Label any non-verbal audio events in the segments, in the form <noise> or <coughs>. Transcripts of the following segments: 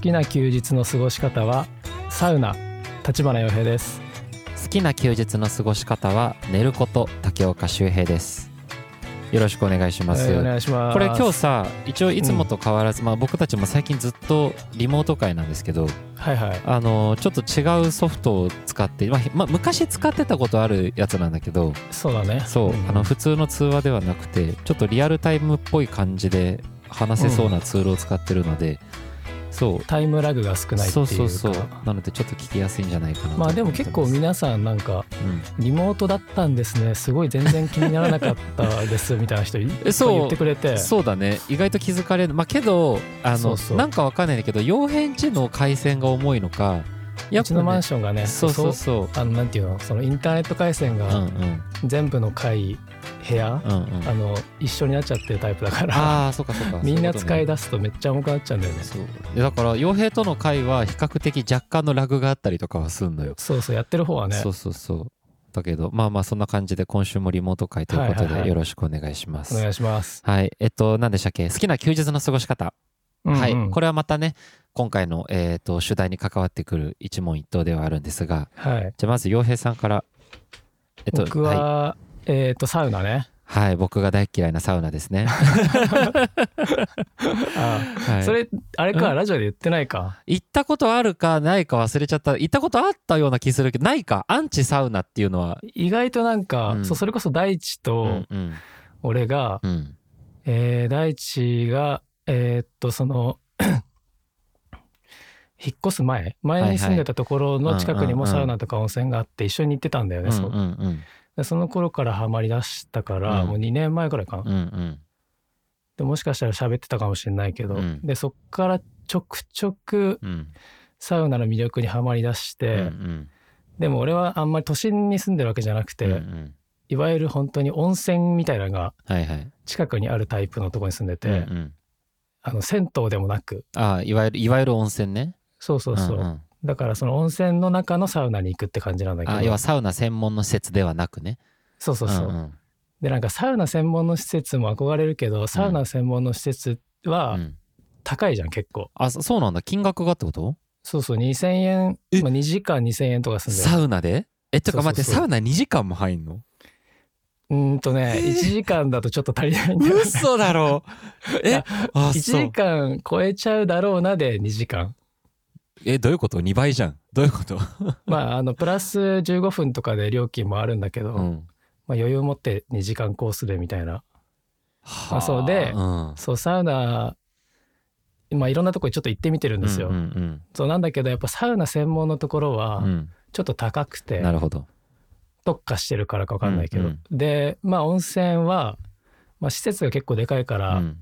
きな休日の過ごし方はサウナ立花洋平です好きな休日の過ごし方は寝ること竹岡修平ですよろしくお願いします、えーお願いしますこれ今日さ一応いつもと変わらず、まあ、僕たちも最近ずっとリモート会なんですけどはいはいあのちょっと違うソフトを使って、まあひまあ、昔使ってたことあるやつなんだけどそうだねそう、んあの普通の通話ではなくてちょっとリアルタイムっぽい感じで話せそうなツールを使ってるので、そうタイムラグが少ないっていうそうかそうそうなのでちょっと聞きやすいんじゃないかなとまあでも結構思って皆さんなんかますうんリモートだったんですねすごい全然気にならなかったですみたいな人 <laughs> いっぱいそう言ってくれてそうだね意外と気づかれるまあけどあのそうそうなんかわかんないんだけど傭兵地の回線が重いのかやうちのマンシションがねそうそうそそううあのなんていうのそのインターネット回線うんうがん全部の階部屋、うんうんあの一緒になっちゃってるタイプだからああそうかそうか <laughs> みんな使いだ出すとめっちゃ重くなっちゃうんだよねそうでだから傭兵との会は比較的若干のラグがあったりとかはすんのよ、そうそうやってる方はねそうそうそうだけどまあまあそんな感じで今週もリモート会というこはいとはいはいでよろしくお願いしますお願いします、はい、えっと何でしたっけ好きな休日の過ごし方はい、これれはまたね今回の、えー、と主題に関わってくる一問一答ではあるんですがはいじゃあまず洋平さんから、えっと、僕は、い、えっ、とサウナねはい、僕が大嫌いなサウナです <laughs> ね、あはい、それあれか、うんラジオで言ってないか行ったことあるかないか忘れちゃった行ったことあったような気するけどないかアンチサウナっていうのは意外となんか、うんそうそれこそ大地うとんうん俺が、うんえー大地がえーっとその <coughs> 引っ越す前前に住んでたところの近くにもはいサはいうんうんうウんナとか温泉があって一緒に行ってたんだようね、んそううんでその頃からハマりだしたから、うんもう2年前くらいかな、うんうんでもしかしたら喋ってたかもしれないけど、うんでそっからちょくちょくうんサウナの魅力にはまりだして、うんでも俺はあんまり都心に住んでるわけじゃなくて、うんうんいわゆる本当に温泉みたいなのがはいはい近くにあるタイプのとこに住んでて、うんうんあの銭湯でもなくああいわゆるいわゆる温泉ねそうそうそう、んんだからその温泉の中のサウナに行くって感じなんだけどあ要はサウナ専門の施設ではなくねそうそうそう、んんでなんかサウナ専門の施設も憧れるけどサウナ専門の施設うはん高いじゃん結構あそそうなんだ金額がってことそうそう2,000円、えまあ、2時間2,000円とかすんでサウナでえちょっと待ってそうそうそうサウナ2時間も入んのうーんとねえー1時間だとちょっと足りないんだよね嘘だろえあ1そう時間超えちゃうだろうなで2時間えどういうこと2倍じゃんどういうこと <laughs> まああのプラス15分とかで料金もあるんだけど、うんまあ、余裕持って2時間コースでみたいなはあそうでうんそうサウナまあいろんなとこにちょっと行ってみてるんですよ、うんうんそうなんだけどやっぱサウナ専門のところはうんうんちょっと高くて、なるほど特化してるからか分かんないけど、うんうでまあ温泉は、まあ、施設が結構でかいかうら、ん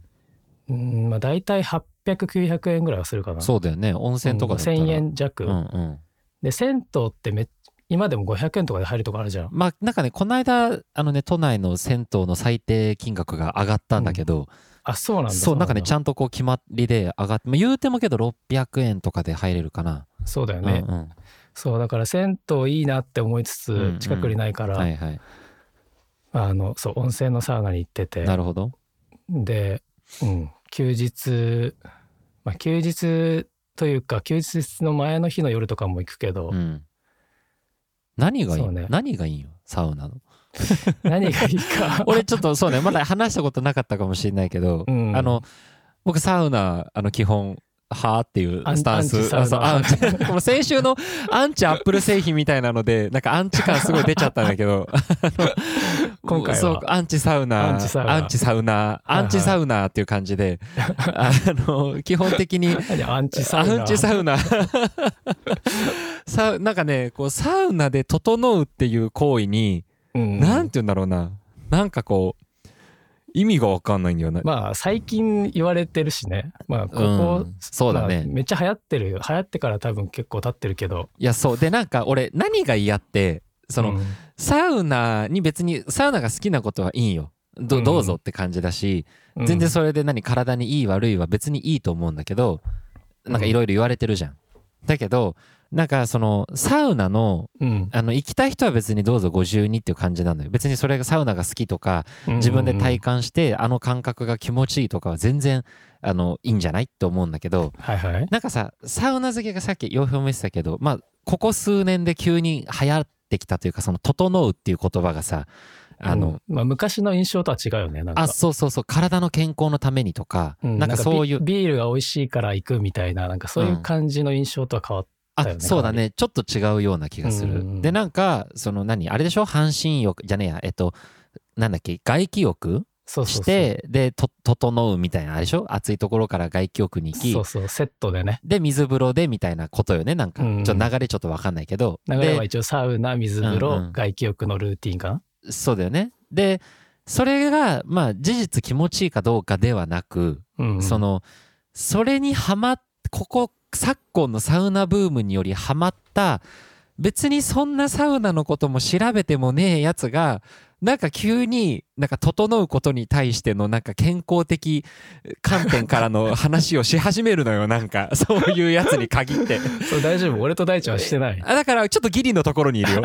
うんまあ、大体800900円ぐらいはするかなそうだよね温泉とかだったら1,000円弱、うんうんで銭湯ってめっ今でも500円とかで入るとこあるじゃんまあなんかねこの間あのね都内の銭湯の最低金額が上がったんだけどあそうなんだそうなんかねちゃんんとこう決まりで上がってまあ言うてもけど600円とかで入れるかなそうだよね、うんうんそうだから銭湯いいなって思いつうんつうん近くにないから、はいはいあのそう温泉のサウナに行っててなるほどで、うん、休日まあ休日というか休日の前の日の夜とかも行くけど、うん、何がいいそうの、ね何がいいんよサウ <laughs> ナの何がいいか <laughs> 俺ちょっとそうねまだ話したことなかったかもしれないけど、うんあの僕サウナあの基本はあっていうアンスタンアンスチサウナあそうアンチ <laughs> もう先週のアンチアップル製品みたいなのでなんかアンチ感すごい出ちゃったんだけ <laughs> どあの今回はそうアンチサウナアンチサウナアンチサウナいはいアンチサウナっていう感 <laughs> じであの基本的に何アンチサウナアンチサウナサウなんかねこうサウナで整うっていう行為に、うんなんて言うんだろうななんかこう意味が分かんないんだよね、まあ最近言われてるしねまあここ、うんそうだまね、あめっちゃ流行ってるよ流行ってから多分結構経ってるけどいやそうでなんか俺何が嫌ってそうの、んサウナに別にサウナが好きなことはいいんよど,、うんどうぞって感じだし全然それで何体にいい悪いは別にいいと思うんだけどなんかいろいろ言われてるじゃん、だけどなんかそのサウナのうん。あの行きたい人は別にどうぞ52っていう感じなのよ別にそれがサウナが好きとか自分で体会。感してあの感覚が気持ちいいとかは全然あのいいんじゃないって思うんだけどはいはい。なんかさサウナ好きがさっき洋平も言ってたけどまあここ数年で急に流行ってきたというかその「整う」っていう言葉がさあの、うん、まあ、昔の印象とは違うよね。なんかあそうそうそう体の健康のためにとか、うんなんかそういうビビールが美味しいから行くみたいな、なんかそういう感じの印象とは変わっあだよねそうだねちょっと違うような気がする、うんうんうんでなんかその何あれでしょ半身浴じゃねえやえっとなんだっけ外気浴そうそうそうしてでと整うみたいなあれでしょ暑いところから外気浴に行きそうそう、セットでね。で水風呂でみたいなことよねなんか、うんうんちょっと流れちょっと分かんないけど流れはで一応サウナ、水風呂、うんうん外気浴のルーティンかな。そうだよねでそれがまあ事実気持ちいいかどうかではなく、うんうんそのそれにハマっここ昨今のサウナブームによりハマった別にそんなサウナのことも調べてもねえやつがなんか急になんか整うことに対してのなんか健康的観点からの話をし始め <laughs> るのよなんかそういうやつに限ってそう大丈夫俺と大地はしてない。あだからちょっとギリのところに <laughs> いるよ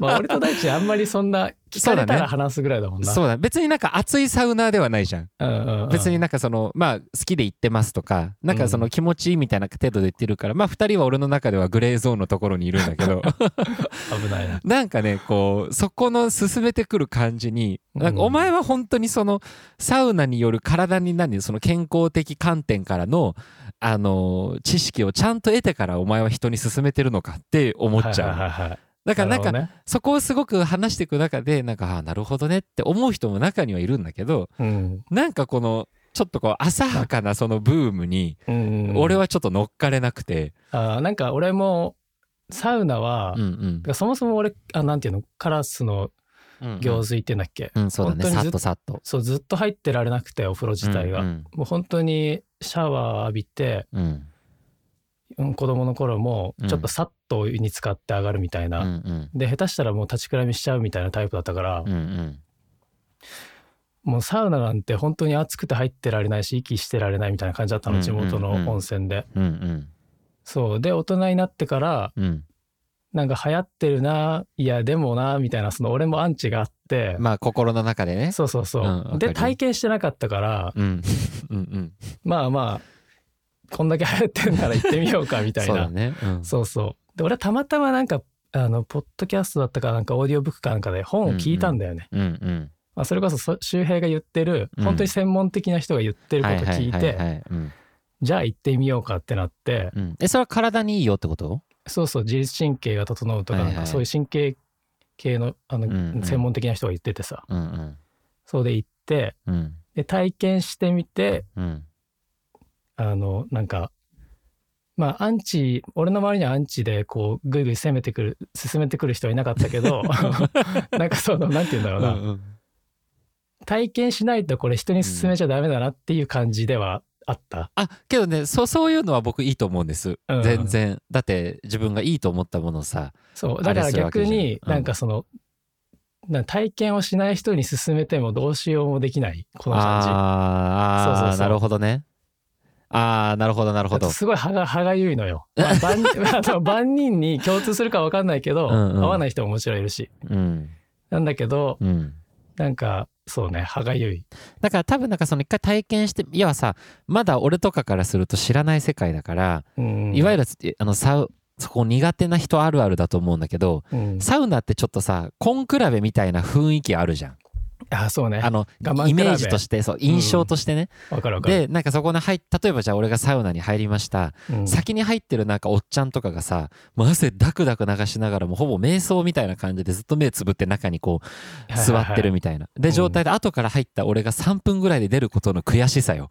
まあ俺と大地あんまりそんな聞かれたら話すぐらいだもんな。そうだ別になんか熱いサウナーではないじゃんうんうんうん別になんかそのまあ好きで行ってますとかなんかその気持ちいいみたいな程度で言ってるからまあ2人は俺の中ではグレーゾーンのところにいるんだ <laughs> けど危ないな。なんかねこうそこの進めてくる感じになんかうんお前は本当にそのサウナによる体に何その健康的観点からのあの知識をちゃんと得てからお前は人に勧めてるのかって思っちはいはゃういはいはいだからなんかるそこをすごく話していく中でなんかああなるほどねって思う人も中にはいるんだけどほどねなんかこのちょっとこう浅はかなそのブームにうんうんうん俺はちょっと乗っかれなくて、あーなんか俺もサウナはう、んそもそも俺あなんていうのカラスのうん、行水って言うんだっけ、うんそうだね本当にさっずっとさっとそうずっと入ってられなくてお風呂自体が、うんもう本当にシャワー浴びて、うんうんうん、子供の頃もうんちょっとさっとお湯に浸かって上がるみたいうんな、うんで下手したらもう立ちくらみしちゃうみたいなタイプだったから、うんうんもうサウナなんて本当に暑くて入ってられないし息してられないみたいな感じだったうのん地元のうんうん温泉で、うんうんそうで大人になってからうんなんか流行ってるないやでもなみたいなその俺もアンチがあって、まあ心の中でねそうそうそう、うんわかるよで体験してなかったからうんうんうんまあまあこんだけ流行ってるなら行ってみようかみたいそうだなねうんそうそう。で、俺はたまたまなんか、あの、ポッドキャストだったかなんか、オーディオブックかなんかで本を聞いたんだよね。うんうんまあ、それこそそ、周平が言ってる、うん本当に専門的な人が言ってるこはといはい聞いはいはて、いうんじゃあ行ってみようかってなって、うんえそれは体にいいよってことそうそう、自律神経が整うとか、はいなはんいかそういう神経系の、あの、うんうん専門的な人が言っててさ、うんうんそうで行って、うんで、体験してみて、うんあの、なんか、まあ、アンチ、俺の周りにはアンチで、こう、ぐいぐい攻めてくる、進めてくる人はいなかったけ <laughs> ど、なんかその、なんて言うんだろうな、うん体験しないとこれ人に勧めちゃダメだなっていう感じではあった。あけどねそそういうのは僕いいと思うんです、うん全然だって自分がいいと思ったものをさそう。あだれからするわけ逆じゃんに、うんなんかその、なんか体験をしない人に勧めてもどうしようもできない、この感あーあーそうそうそうなるほどねああなるほどなるじ。ほあどとすごい歯が、歯がゆいのよ。 <laughs> まあ、万あの万人に共通するかわかんないけど、うんうん合わない人ももちろんいるし。うんなんだけど、うんなんか、そうね、歯がゆい。だから多分なんかその一回体験して要はさまだ俺とかからすると知らない世界だから、うんいわゆる、るえあのサウそこ苦手な人あるあるだと思うんだけどうんサウナってちょっとさ根比べみたいな雰囲気あるじゃんあ、そうねあ。の我慢比べイメージとしてそう印象としてね、わかるわかる。でなんかそこに入っ例えばじゃあ俺がサウナに入りました、うん先に入ってるなんかおっちゃんとかがさもう汗ダクダク流しながらもうほぼ瞑想みたいな感じでずっと目つぶって中にこうはいはい座はいってるみたいなで状態で後から入った俺が3分ぐらいで出ることの悔し <laughs> さよ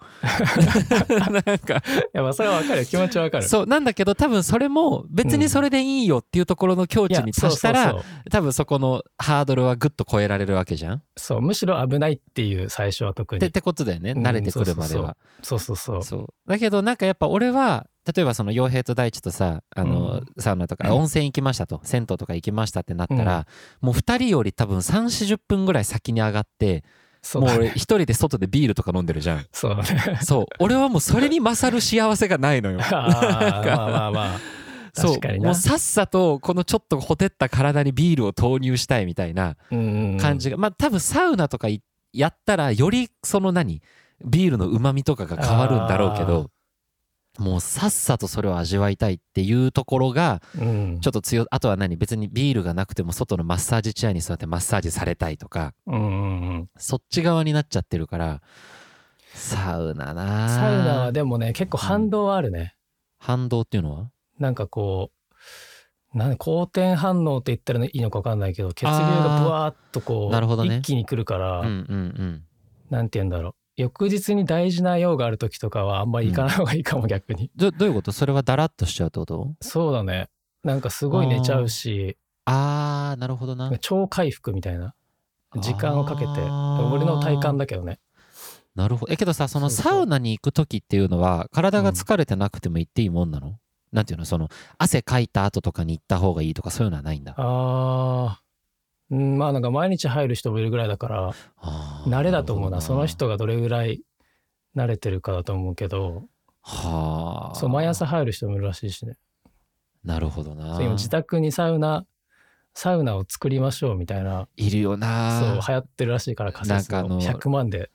なんかいや、まあ、それはわかるよ。気持ちはわかる。そうなんだけど多分それも別にそれでいいよっていうところの境い地やにそう達したそうらそう多分そこのハードルはぐっと超えられるわけじゃんっそう、むしろ危ないっていう最初は特てっに。てことだよねうん慣れてくるまでそうそうはう。そうそうそう。そうだけどなんかやっぱ俺は例えばその傭兵と大地とさあの、うんサウナとか温泉行きましたと銭湯とか行きましたってなったうんら、もう2人より多分3 4 0分ぐらい先に上がってそうもうだ俺一人で外でビールとか飲んでるじゃんそう <laughs> だね。そう俺はもうそれに勝る幸せがない <laughs> のよあーまあまあまあ。そ確かうになもうさっさとこのちょっとほてった体にビールを投入したいみたいなうんうん感じが、まあ多分サウナとかいやったらよりその何ビールのうまみとかが変わるんだろうけどもうさっさとそれを味わいたいっていうところがうんちょっと強あとは何別にビールがなくても外のマッサージチェアに座ってマッサージされたいとかうんうんうんそっち側になっちゃってるからサウナなあサウナはでもね結構反動はあるね、反動っていうのはなんかこうなん好転反応って言ったらいいのか分かんないけど血流がブワーっとこあーうなるほどね一気に来るから、うんうんなんて言うんだろう翌日に大事な用がある時とかはあんまり行かない方がいいかも、逆にうんどどういうことそれはダラッとしちゃうってことそうだねなんかすごい寝ちゃうしあーなるほどな超回復みたいな時間をかけてあー俺の体感だけどねなるほど。えけどさ、そのそうサそうウナに行く時っていうのは、体が疲れてなくても行っていいもんなの、なんていうのその、汗かいた後とかに行った方がいいとか、そういうのはないんだ。あーうんまあなんか毎日入る人もいるぐらいだからあー慣れだと思うなるほそどの人がどれぐらい慣れてるかだと思うけどはあ。そう毎朝。入る人もいるらしいしねなるほどなそう。今自宅にサウナサウナを作りましょうみたいないるよそうな。流行ってるらしいから仮設なんかあのの100万で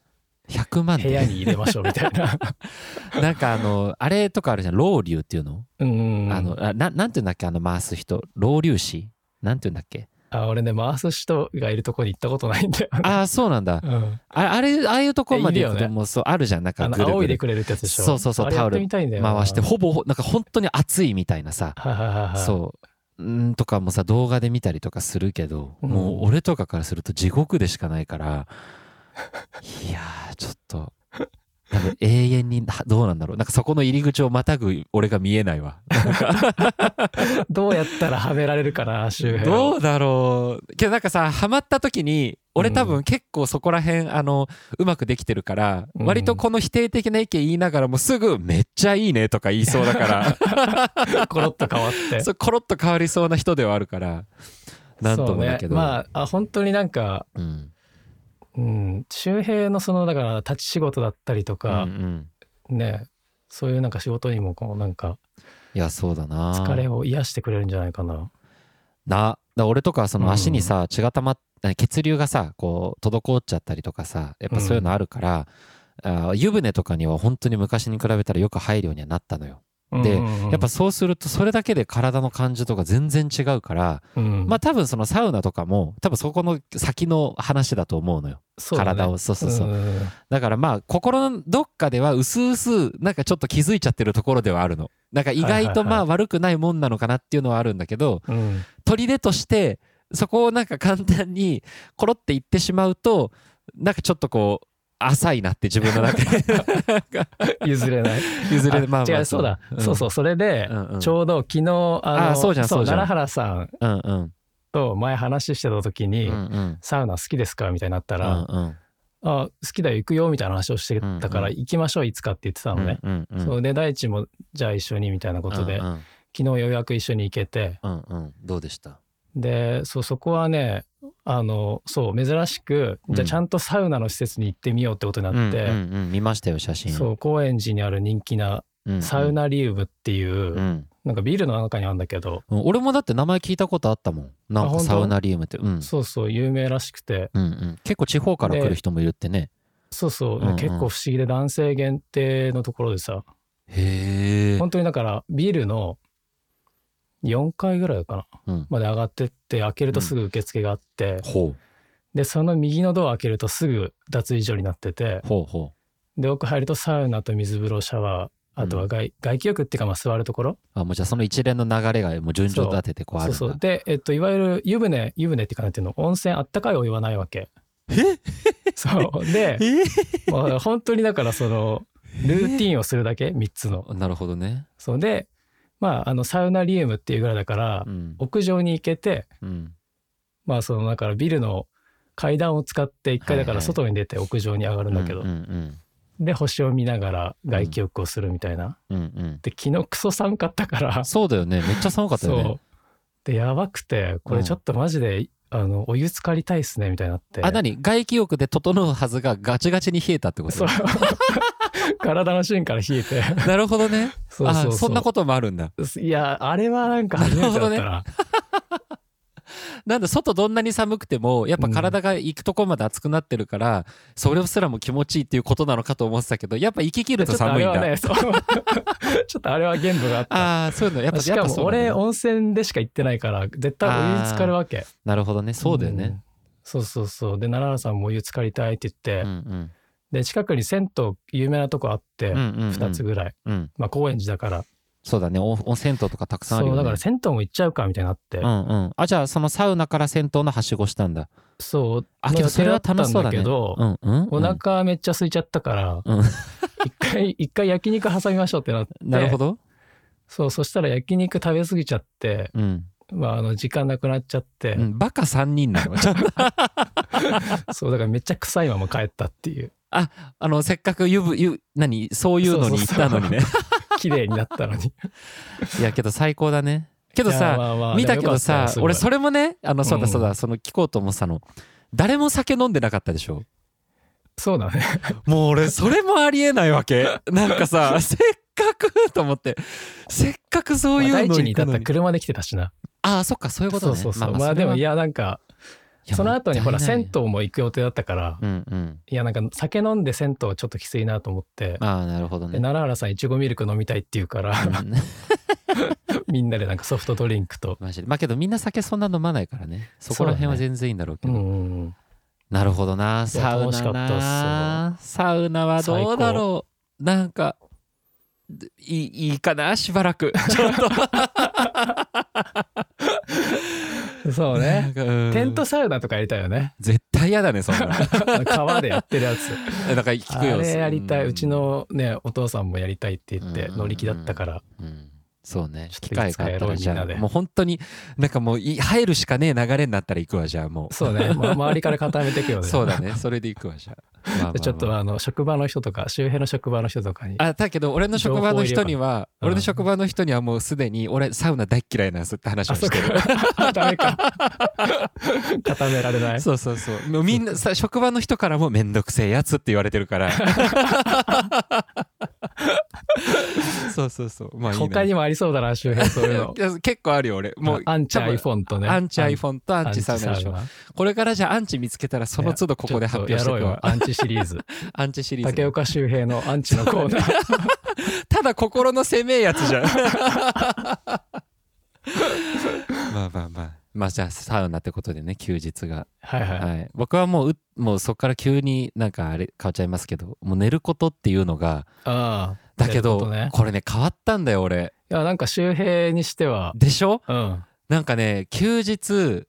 100万部屋で。に入れましょうみたいな <laughs> なんかあの、あれとかあるじゃん、ロウリュっていうの、うんうんうんあのあな、なんていうんだっけ、あの、回す人。ロウリュ師なんていうんだっけ。あ俺ね回す人がいるとこに行ったことないんだよ、ああ、そうなんだ。うん、ああれ、ああいうとこまで行いくると、よねもうそう、あるじゃん。なんかあぐるぐのる、仰いでくれるってやつでしょそうそうそうあれやっタオてルみたいんだよな回してほぼほなんか本当に暑いみたいなさはいはいはいはいそううんとかもさ動画で見たりとかするけど、うんもう俺とかからすると地獄でしかないから <laughs> いやーちょっと多分永遠にはどうなんだろうなんかそこの入り口をまたぐ俺が見えないわどうやったらはめられるかな周辺をどうだろうけどなんかさハマった時に俺多分結構そこら辺あのうまくできてるから、うん割とこの否定的な意見言いながらもすぐ「めっちゃいいね」とか言いそうだ <laughs> から。コロッと変わ <laughs> ってそうコロッと変わりそうな人ではあるからなんとそうもねだけど、まああ本当になんか、うんうん、周平のそのだから立ち仕事だったりとうかん、うんねそういうなんか仕事にもこうなんかいやそうだな疲れを癒してくれるんじゃないかな。なだ俺とかはその足にさ血がたまっ血流がさこう滞っちゃったりとかさやっぱそういうのあるから、あー湯船とかには本当に昔に比べたらよく入るようにはなったのよ、でうんうんうんやっぱ、そうするとそれだけで体の感じとか全然違うから、うんまあ多分そのサウナとかも多分そこの先の話だと思うのよそうだね体をそうそうそう、んんんだからまあ心のどっかでは薄々なんかちょっと気づいちゃってるところではあるの。なんか意外とはいまはいはあ悪くないもんなのかなっていうのはあるんだけどうん砦としてそこをなんか簡単にコロっていってしまうとなんかちょっとこう浅いなって自分の中で <laughs> なんか譲れない。 <laughs> 譲れまあまあ違うそうだ、そうそううそれで、うんうんちょうど昨日あのあそうじゃんそうじゃん奈良原さんうんうんと前話してた時うに、んうんサウナ好きですかみたいになったうら、んうんあ好きだよ行くよみたいな話をしてたから、うんう行きましょういつかって言ってたのね。うんうんそうで大地もじゃあ一緒にみたいなことで、うんうん昨日ようやく一緒に行けてうんうんどうでしたでそうそこはねあのそう珍しくうんじゃあちゃんとサウナの施設に行ってみようってことになって、うんうんうん見ましたよ写真そう高円寺にある人気なうんうんサウナリウムっていう、うんなんかビルの中にあるんだけど、うん俺もだって名前聞いたことあったもんなんあか本当サウナリウムってうんそうそう有名らしくてうんうん、結構地方から来る人もいるってねそうそう、うんうん結構不思議で男性限定のところでさへえ、本当にだからビルの4階ぐらいかなうん、まで上がってって開けるとすぐ受付があって、ほでその右のドア開けるとすぐ脱衣所になっててうほうほで奥入るとサウナと水風呂シャワーあとは外,、外気浴っていうかまあ座るところうあもうじゃあその一連の流れがもう順序立ててこうあそるうんだそうで、えっと、いわゆる湯船湯船っていうかなんていうの温泉あったかいを言わないわけ <laughs> そうでもう本当にだからそのルーティンをするだけ3つの <laughs> なるほどねそうでまああのサウナリウムっていうぐらいだから、うん、屋上に行けてうん、まあそのだからビルの階段を使って1回だかはいはらい外に出て屋上に上がるんだけど、うんうんで星を見ながら外気浴をするみたいな、うんうんで昨日クソ寒かったからそうだよねめっちゃ寒かったよそねうでやばくてこれちょっとマジであの、お湯浸かりたいっすね、みたいになって。あ、何外気浴で整うはずがガチガチに冷えたってこそと <laughs> う。体の芯から冷えて。なるほどね。そうそうそうあそんなこともあるんだ。いや、あれはなんか初めてだったな。なんだ、外どんなに寒くても、やっぱ体が行くとこまで熱くなってるから、それすらも気持ちいいっていうことなのかと思ってたけど、やっぱ行き切るちょとっとあ寒いれんだ。はね、そう <laughs> ちょっとあれは限度があった。ああ、そういうの、やっぱ、しやかっぱそもうなんだ俺、ね温泉でしか行ってないから、絶対お湯に浸かるわけ。なるほどね。そうだよね。ん。そうそうそう。で、奈良さんもお湯浸かりたいって言うっんて、うん。で、近くに銭湯、有名なとこあってうん、うんうん2つぐらい。うん。まあ、高円寺だから。そうだね。おお銭湯とかたくさんあるそよう、だね。から銭湯も行っちゃうかみたいになって。うんうん。あ、じゃあ、そのサウナから銭湯のはしごしたんだ。そう、あけどのそれは楽しそうだね予定ったんうだんうん、けど、お腹めっちゃ空いちゃったから、うん一 <laughs> 回、一回焼肉挟みましょうってなって。なるほど。そう、そしたら焼肉食べ過ぎちゃって、うん。まあ、あの、時間なくなっちゃって、うん、バカ3人なの。ちょっ <laughs> とそう、だからめっちゃ臭いまま帰ったっていう、あの、せっかくゆぶ、ゆ、何、そういうのに行ったのにね。綺麗になったのに。いや、けど最高だね。 <laughs> けけどさ、見たけどさ、俺それ、れもね、あの、そううだんそうだ、その聞こうと思ってたの。誰も酒飲んでなかったでしょそうだね。もう俺、それもありえないわけ。なんか <laughs> さ、せっかくと思って、せっかくそういうまあの大地に行至くっのたに。車で来てたしな。ああ、そっか、そういうこそとね。うそうそう。まあまあ、でも、いや、や、なんか、その後にほら、銭湯も行く予定だったから、湯。うんうん。いや、なんか、酒飲んで銭湯ちょっときついなと思って、ああ、なるほどでね。奈良原さんいちごミルク飲みたいって言うから、うん <laughs> みんなでなんかソフトドリンクと。マジで。まあけどみんな酒そんな飲まないか <laughs> らね。そこら辺は全然いいんだろうけうど。ん。なるほどな。サウ楽しかナったっな。サウナはどうだろう。なんか、でいいいいかな、しば <laughs> らく。ちょっと。そう <laughs> ね。うんテントサウナとかやりたいよ <laughs> ね。絶対嫌だね、そん <laughs> なの。川でやってるやつ。えなんか聞あくよ。れやりたい。んうち、のね、お父さんもやりたいって言ってうん乗り気だったから。うんそうね。ちょっと機会があったらいつじかやろゃうみんなであ、もう本当に、なんかもうい、入るしかねえ流れになったら行くわ、じゃあもう。そうね。ま周りから固めていくよね。そうだね。それで行くわ、じゃ <laughs> あ。まあまあまあでちょっとあの、職場の人とか、周辺の職場の人とかに。あだけど俺の職場の人には、情報を入ればうん俺の職場の人にはもうすでに俺サウナ大嫌いなんですって話をあ、してそうるか。 <laughs> ダメ <laughs> か。固められない。そうそうそうもうみんなさ職場の人からもめんどくせえやつって言われてるから <laughs> そうそうそうまあいいな他にもありそうだな、周辺そういうのい。や結構あるよ俺 <laughs> もうアンチ多分 iPhone とね。アンチ iPhone とアアンンチチササウウナナでしょこれからじゃあアンチ見つけたらその都度ここで発表していちょっとやく <laughs> ろうよわアンチシリーズアンチシリー竹ズ岡周平のアンチのコーナーただ心の狭いやつじゃ <laughs> んまあまあまあまあじゃあサウナってことでね休日がはいはい、はい、僕はもううもうそこから急になんかあれ変わっちゃいますけどもう寝ることっていうのがああだけどなるほねこれね変わったんだよ俺いやなんか周平にしてはでしょうんなんかね休日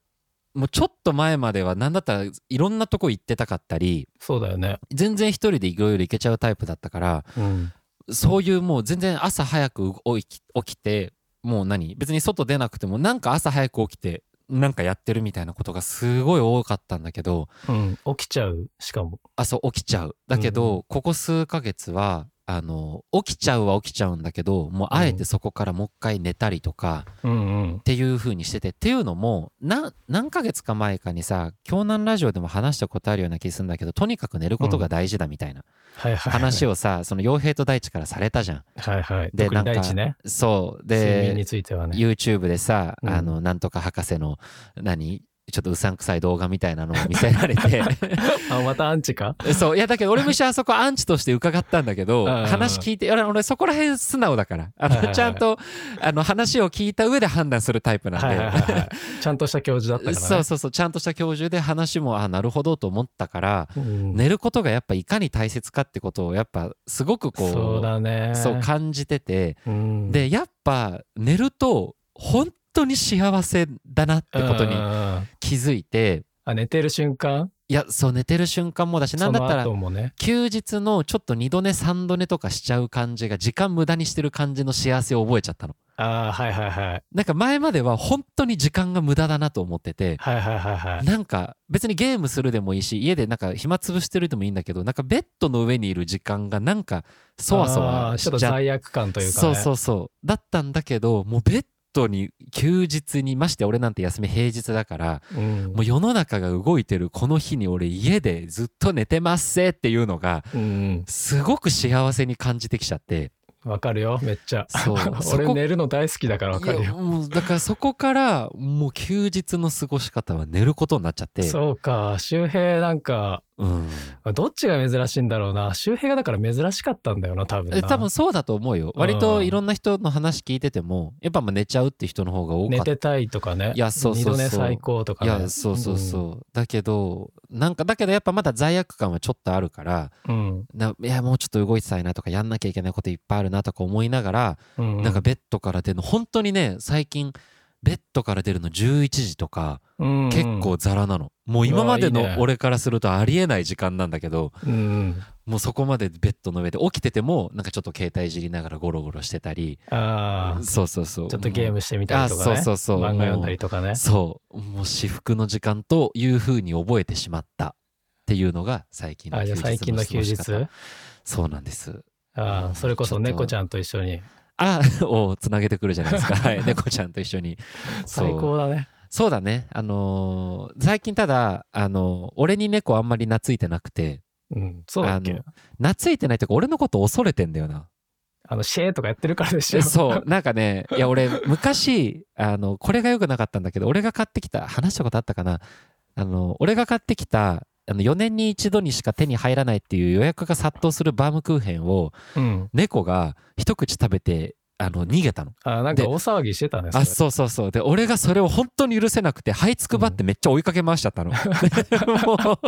もうちょっと前までは何だったらいろんなとこ行ってたかったりそうだよね全然一人でいろいろ行けちゃうタイプだったからうんそういうもう全然朝早く起き起きてもう何別に外出なくてもなんか朝早く起きてなんかやってるみたいなことがすごい多かったんだけどうん起きちゃうしかもあそう起きちゃうだけど、うここ数ヶ月はあの起きちゃうは起きちゃうんだけどもうあえてそこからもう一回寝たりとかっうんうんていう風にしててっていうのもな何ヶ月か前かにさ京南ラジオでも話したことあるような気するんだけどとにかく寝ることが大事だみたいなはいはい話をさその傭兵と大地からされたじゃん。はいはいで特になんか大地ねそう睡眠にでついてはね YouTube でさ、うんあのなんとか博士の何ちょっとうさんくさい動画みたいなのを見せられて <laughs> あまたアンチかそういやだけど俺も一緒にあそこアンチとして伺ったんだけどうんうんうん話聞いて俺俺そこら辺素直だからあはいはいはのいちゃんとあの話を聞いた上で判断するタイプなんはいはいはいで。はいちゃんとした教授だったから <laughs> そねうそうそうちゃんとした教授で話もあなるほどと思ったからうん寝ることがやっぱいかに大切かってことをやっぱすごくこうそうだねそう感じててうんでやっぱ寝ると本当に幸せだなってことにうんうんうん気づいてあ寝てる瞬間いやそう寝てる瞬間もだしなんだったらその後もね休日のちょっと二度寝三度寝とかしちゃう感じが時間無駄にしてる感じの幸せを覚えちゃったのああはいはいはいなんか前までは本当に時間が無駄だなと思っててはいはいはいはいなんか別にゲームするでもいいし家でなんか暇つぶしてるでもいいんだけどなんかベッドの上にいる時間がなんかそわそあわーしちょっとちゃ罪悪感というか、ね、そうそうそうだったんだけどもうベットに休日にまして俺なんて休み平日だからうんもう世の中が動いてるこの日に俺家でずっと寝てますせっていうのがうんすごく幸せに感じてきちゃってわかるよめっちゃそう <laughs> そ俺こ寝るの大好きだからわかるいやよもうだからそこからもう休日の過ごし方は寝ることになっちゃってそうか周平なんかうん、どっちが珍しいんだろうな周平がだから珍しかったんだよな多分えな多分そうだと思うようん割といろんな人の話聞いててもやっぱまあ寝ちゃうって人の方が多か寝ったてたいとかねいやそうそうそう二度寝最高とかいねやそうそうそう、だけどなんかだけどやっぱまだ罪悪感はちょっとあるからうん、ないやもうちょっと動いてたいなとかやんなきゃいけないこといっぱいあるなとか思いながら、うんなんかベッドから出るの本当にね最近ベッドから出るの11時とか、うん結構ザラなのもう今までうわいいのね俺からするとありえない時間なんだけどうんもうそこまでベッドの上で起きててもなんかちょっと携帯いじりながらゴロゴロしてたりああそうそうそうちょっとゲームしてみたりとかねあそうそうそう漫画読んだりとかねそうもう至福の時間というふうに覚えてしまったっていうのが最近のあじ休ゃあ日最近の休過ごし日方そうなんですあうんーそれこちょそっと猫ちゃんと一緒にあ <laughs> をつなげてくるじゃな <laughs> いですかはい猫ちゃんと一緒にそう最高だねそうだねあのー最近ただあのー俺に猫あんまり懐いてなくてうんそうだっけあの懐いてないというか俺のこと恐れてんだよなあのシェーとかやってるからでしょえそうなんかねいや俺昔あのこれが良くなかったんだけど俺が買ってきた話したことあったかなあの俺が買ってきたあの4年に一度にしか手に入らないっていう予約が殺到するバームクーヘンを <laughs> うん猫が一口食べてあの逃げたのあなんでか大騒ぎしてたねあそそうそうそうで俺がそれを本当に許せなくて這いつくばってめっちゃ追いかけ回しちゃったの、 <laughs> もう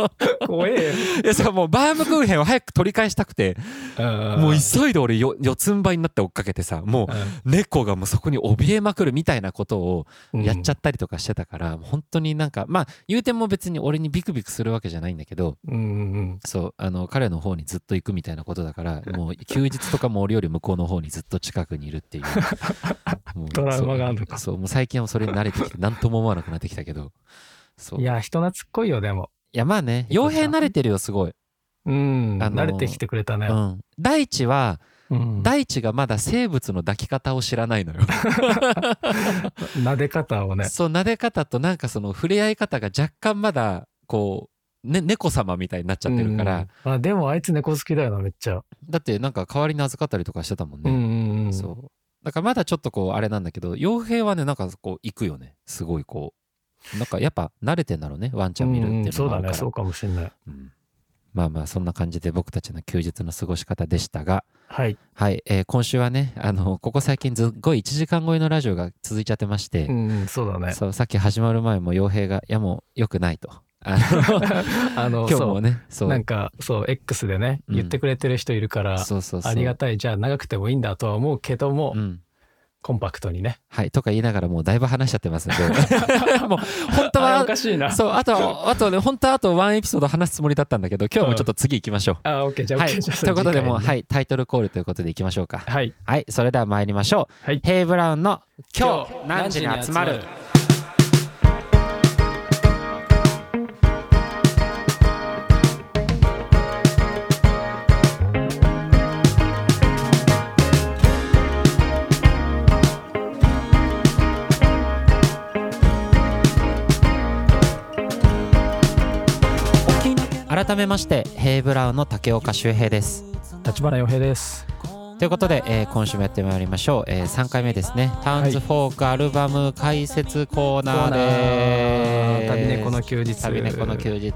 れ怖えよいやそうもうバームクーヘンを早く取り返したくて <laughs> もう急いで俺よ四つん這いになって追っかけてさもう猫がもうそこに怯えまくるみたいなことを <laughs> やっちゃったりとかしてたから、もう本当になんかまあ言うても別に俺にビクビクするわけじゃないんだけどうんうんうんそうあの彼の方にずっと行くみたいなことだからもう休日とかも俺より向こうの方にずっと近くにいる <laughs> っていうもうトラウマがあるのかそうそうもう最近はそれに慣れて <laughs> きて何とも思わなくなってきたけどそういいやや人懐っこいよでもまあね傭兵慣れてるよすごい、うんあのー慣れてきてくれたうねん、大地はうん大地がまだ生物の抱き方を知らないのよ撫で方をね <laughs> そう撫で方となんかその触れ合い方が若干まだこう、ね、猫様みたいになっちゃってるから、うんあでもあいつ猫好きだよなめっちゃだってなんか代わりに預かったりとかしてたもんうんね、うんうんそうだからまだちょっとこうあれなんだけど傭兵はねなんかこう行くよねすごいこうなんかやっぱ慣れてんだろうねワンちゃん見るっていううんのうんそうがあだるから、ねそうかもしんないうんまあまあそんな感じで僕たちの休日の過ごし方でしたがはいはい、えー今週はねあのここ最近すっごい1時間超えのラジオが続いちゃってまして、うんうんそうだねそうさっき始まる前も傭兵が「いやもう良くない」と。あの <laughs> <laughs> あの <laughs> 今日もねそそううなんかそう X でねうん言ってくれてる人いるからそうそうそうありがたいじゃあ長くてもいいんだとは思うけどもうんコンパクトにねはいとか言いながらもうだいぶ話しちゃってますん <laughs> でもう本当あれおはかしいなそうあとあとね本当はあとワンエピソード話すつもりだったんだけど今日もちょっと次行きましょう。あオッケーじゃあは OK い、じゃあということでもう、次はい、タイトルコールということでいきましょうか。回ねはい、それでは参りましょう。はいヘイブラウンの「今今日日何時に集まる何時に集」改めましてヘイブラウンの竹岡修平です。立花洋平ですということで、えー今週もやってまいりましょう、え3回目ですね「タウンズフォークアルバム解説コーナコーー」ですナー旅猫の休日旅猫の休日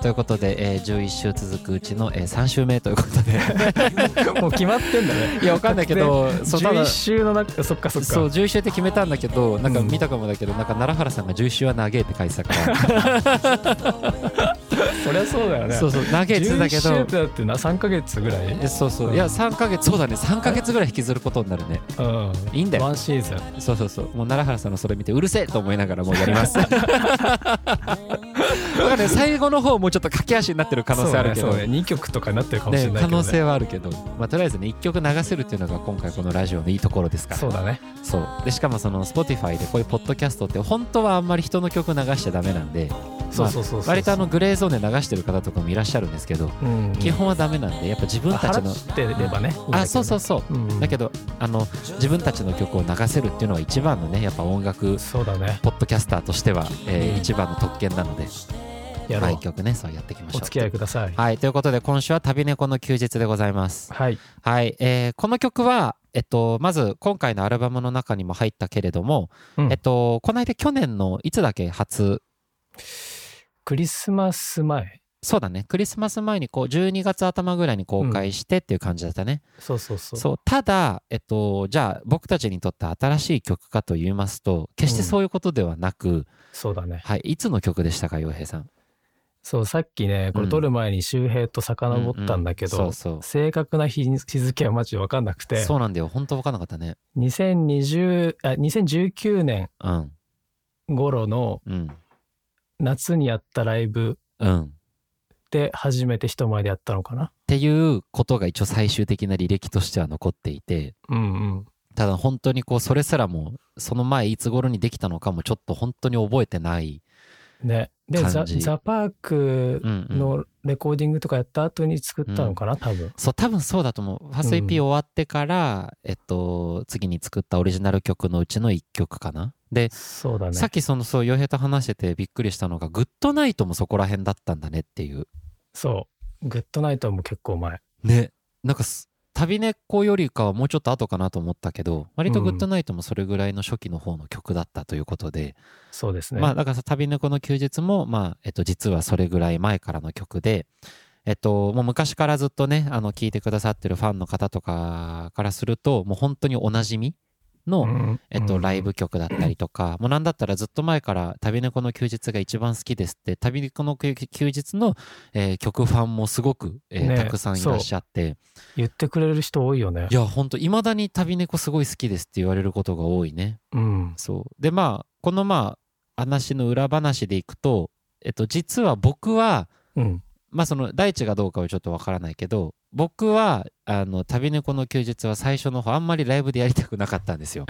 ということで、えー11週続くうちの、え3週目ということで <laughs> もう決まってんだねいやわかんないけど <laughs> そうただ11週の中そっかそっそうか11週って決めたんだけどなんかうん見たかもだけど、なんか奈良原さんが11週は長えって書いてたからそりゃそうだよ <laughs> ねそうそう長えって言ってたけ11週どってだってな3ヶ月ぐらいえそうそういや3ヶ月そうだね3ヶ月ぐらい引きずることになるねうんいいんだよワンシーズンそうそうそうもう奈良原さんのそれ見てうるせえと思いながらもうやり <laughs> ますだからね最後の方もうちょっと駆け足になってる可能性あるけそどうねそうね2曲とかになってるかもしれねないけど可ね能性はあるけど、まあ、とりあえずね1曲流せるっていうのが今回このラジオのいいところですからそうだねそうでしかもその Spotify でこういうポッドキャストって本当はあんまり人の曲流しちゃダメなんでそうそうそうそう割とあのグレーゾーンで流してる方とかもいらっしゃるんですけどうん基本はダメなんでやっぱ自分たちの払ってればねあそうそうそううん、だけどあの自分たちの曲を流せるっていうのが一番のねやっぱ音楽そうだねポッドキャスターとしては、えうーん一番の特権なのでやろう毎曲ねそうやっていきましおょう付き合いくださいはいということで今週は「旅猫の休日」でございますはいはい、えーこの曲はえっとまず今回のアルバムの中にも入ったけれども、うんえっとこの間去年のいつだっけ初クリスマス前そうだねクリスマス前にこう12月頭ぐらいに公開してっていう感じだったね、そうそうそうそうただ、えっと、じゃあ僕たちにとって新しい曲かと言いますと決してそういうことではなく、そうだねはい、いつの曲でしたか洋平さん。そうさっきねこうんれ撮る前に周平と遡ったんだけど、うんうんそうそ正確な日日付はマジで分かんなくうてそうなんだよ本当分かんなかったね。 2020あ2019年うん頃のうん夏にやったライブうん。っで初めて人前でやったのかなていうことが一応最終的な履歴としては残っていてうんうんただ本当にこうそれすらもその前いつ頃にできたのかもちょっと本当に覚えてない。ねでザ感じザパークうんうんのレコーディングとかやった後に作ったのかな、多分そう多分そうだと思う。ファースト EP 終わってから、えっと次に作ったオリジナル曲のうちの1曲かな。でそうだねさっきそのそう洋平と話しててびっくりしたのが「グッドナイト」もそこら辺だったんだねっていうそうグッドナイトも結構前ねなんかす旅猫よりかはもうちょっと後かなと思ったけど割と「うんグッドナイト」もそれぐらいの初期の方の曲だったということで、そうですね、まあだからさ旅猫の休日もまあえっと実はそれぐらい前からの曲でえっともう昔からずっとねあの聞いてくださってるファンの方とかからするともう本当におなじみの、うんえっと、ライブ曲だったりとか、もうなんだったらずっと前から「旅猫の休日」が一番好きですって旅猫の休休日の、えー曲ファンもすごく、えーねたくさんいらっしゃって言ってくれる人多いよねいやほんといまだに旅猫すごい好きですって言われることが多いねうんそうでまあこのまあ話の裏話でいくと、えっと、実は僕はうんまあその大地がどうかはちょっとわからないけど僕はあの旅猫の休日は最初の方あんまりライブでやりたくなかったん <laughs> ですよ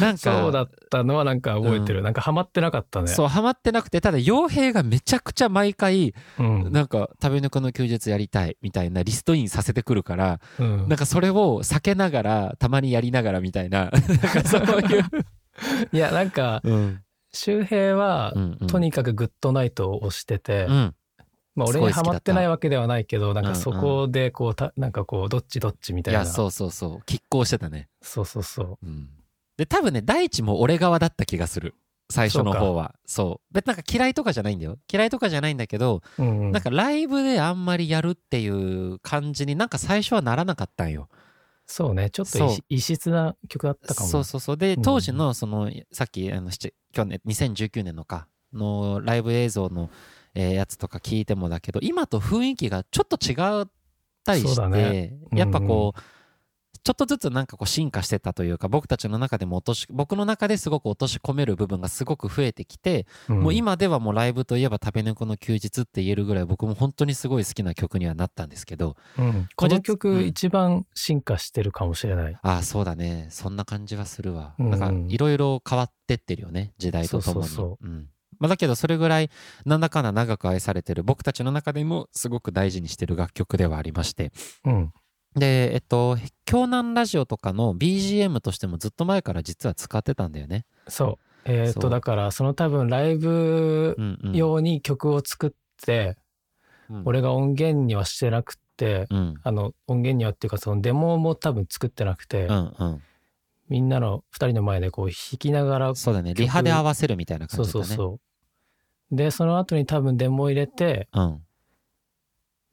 なんかそうだったのはなんか覚えてる、なんかハマってなかったねそうハマってなくてただ傭兵がめちゃくちゃ毎回う、んなんか「食べ抜くの休日やりたい」みたいなリストインさせてくるからうんなんかそれを避けながらたまにやりながらみたいな <laughs> なんかそういう、 <laughs> いやなんかうん周平はうんうん、とにかくグッドナイトを推してて、うんまあ、す俺ごいに好きハだったマってないわけではないけどなんうんうかんそこでこうたなんかこうどっちどっちみたいいなやそうそうそう拮抗してたね、そうそうそううん、で多分ね大地も俺側だった気がする最初の方はそう別になんか嫌いとかじゃないんだよ嫌いとかじゃないんだけど、うんうんなんかライブであんまりやるっていう感じになんか最初はならなかったんよそうねちょっとそう異質異質な曲だったかもそうそうそうでうん当時のその、さっきあの7去年2019年のかのライブ映像の、えーやつとか聞いてもだけど今と雰囲気がちょっと違ったりしそうだて、ねやっぱこう、ちょっとずつなんかこう進化してたというか僕たちの中でも落とし僕の中ですごく落とし込める部分がすごく増えてきて、うんもう今ではもうライブといえば「食べ猫の休日」って言えるぐらい僕も本当にすごい好きな曲にはなったんですけどうんこのうん曲一番進化してるかもしれない、ああそうだねそんな感じはするわ、うんうんなんかいろいろ変わってってるよね時代とともにそうそううんまあ、だけどそれぐらいなんだかんだ長く愛されてる僕たちの中でもすごく大事にしてる楽曲ではありましてうん、でえっと京南ラジオとかの BGM としてもずっと前から実は使ってたんだよね、そうえっ、そうとだからその多分ライブうんうん、用に曲を作って、うん俺が音源にはしてなくて、うんあの音源にはっていうかそのデモも多分作ってなくて、うんうんみんなの2人の前でこう弾きながらそうだね曲リハで合わせるみたいなそう感じそだうねうそう。で、その後に多分デモを入れて、ん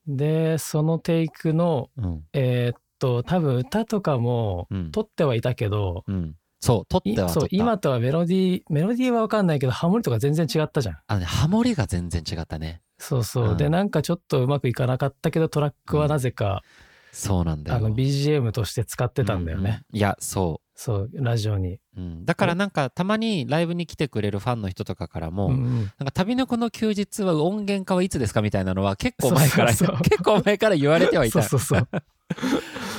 で、そのテイクの、うんえーっと、多分歌とかもうん撮ってはいたけど、うんそう撮っいてはそ撮っうた今とはメロディー、メロディーは分かんないけど、ハモリとか全然違ったじゃん。あのねハモリが全然違ったねそうそう。うんで、なんかちょっとうまくいかなかったけど、トラックはなぜか、そうなんだよあの BGM として使ってたんだよね。うんうんいやそうそう、ラジオに。うん、だからなんかたまにライブに来てくれるファンの人とかからもう「んうんなんか旅のこの休日は音源化はいつですか?」みたいなのは結構前からそうそうそう結構前から言われてはいそたうそう <laughs> そう。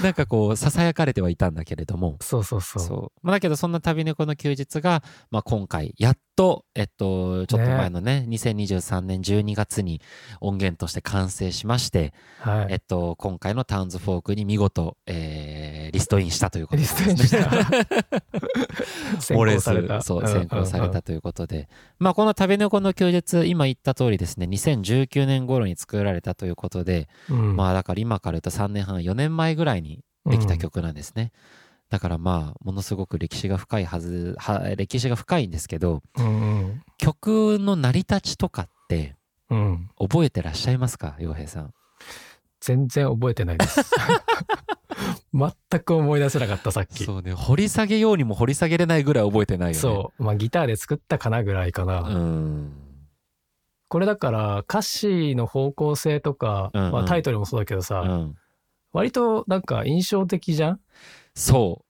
なんかこうささやかれてはいたんだけれどもそうそうそう。そうまあだけどそんな旅猫の休日が、まあ、今回やっと、えっと、ちょっと前のね、2023年12月に音源として完成しまして、はえっい。と、今回のタウンズフォークに見事、えーリストインしたということ <laughs> リでストインした。先モレ行スされた。そう、ん選考され。うんうんたということで。まあ、この旅猫の休日、今言った通りですね、2019年頃に作られたということで、うんまあ、だから今から言うと3年半、4年前ぐらいにできた曲なんですね。だからまあ、ものすごく歴史が深いはず、は歴史が深いんですけど、うん曲の成り立ちとかってうんうん覚えてらっしゃいますか洋平さん。全然覚えてない <laughs> です。全く思い出せなかった、さっき。うね、掘り下げようにも掘り下げれないぐらい覚えてないよね。そう。まあ、ギターで作ったかなぐらいかな。うん。これだから、歌詞の方向性とか、うんうんまあ、タイトルもそうだけどうさ、ん。割となんか印象的じゃんそ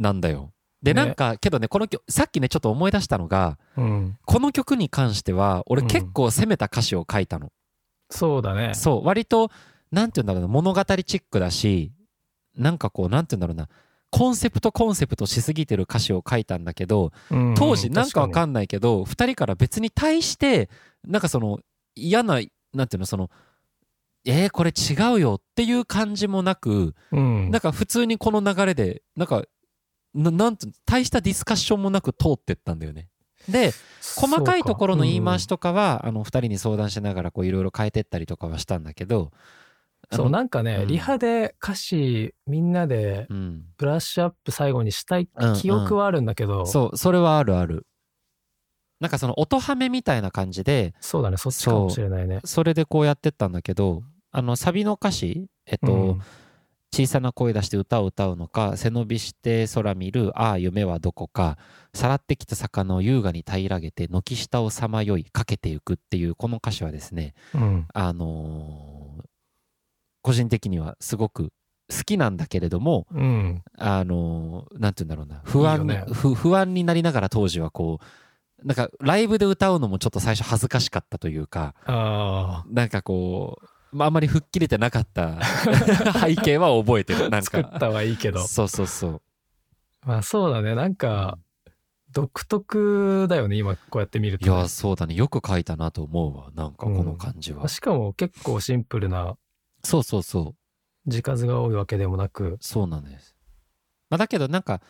う。なんだよ。で、ねなんか、けどね、この曲、さっきね、ちょっと思い出したのが、うん。この曲に関しては、俺うん結構攻めた歌詞を書いたの。そうだね。そう、割と、なんて言うんだろうな、物語チックだし、なんかこう、なんて言うんだろうな、コンセプトコンセプトしすぎてる歌詞を書いたんだけど、うん当時なんかわかんんないけど、二人から別に対して、なんかその嫌な、なんていうの、その、えー、これ違うよっていう感じもなく、うんなんか普通にこの流れで、なんか、ななんと、大したディスカッションもなく通ってったんだよね。で、細かいところの言い回しととかは、あの、二人に相談しながら、こう、いろいろ変えてったりとかはしたんだけど、あのそう、なんかね、うんリハで歌詞みんなでうん。ブラッシュアップ最後にしたいうん記憶はあるんだけど、そうそう、それはあるある。なんかその、音ハメみたいな感じで、だね、そっちかもしれないね。それでこうやってったんだけど、あの、サビの歌詞、えっと、うん小さな声出して歌を歌うのか背伸びして空見るああ夢はどこかさらってきた魚を優雅に平らげて軒下をさまよいかけてゆくっていうこの歌詞はですねうんあのー個人的にはすごく好きなんだけれどもうんあのーなんて言うんだろうな不安にいいよねふ不安になりながら当時はこうなんかライブで歌うのもちょっと最初恥ずかしかったというかあなんかこう、まあ、あまり吹っ切れてなかった <laughs> 背景は覚えてるなんあ、作かったはいいけ <laughs> ど。そうそうそうまあそうだね、なんか独特だよね、今こうやって見るいとね、やそうだねよく書いたなと思うわなんかこの感じは、しかも結構シンプルなそうそうそう字数が多いわけでもなく、そうなんです、まあ、だけどなんか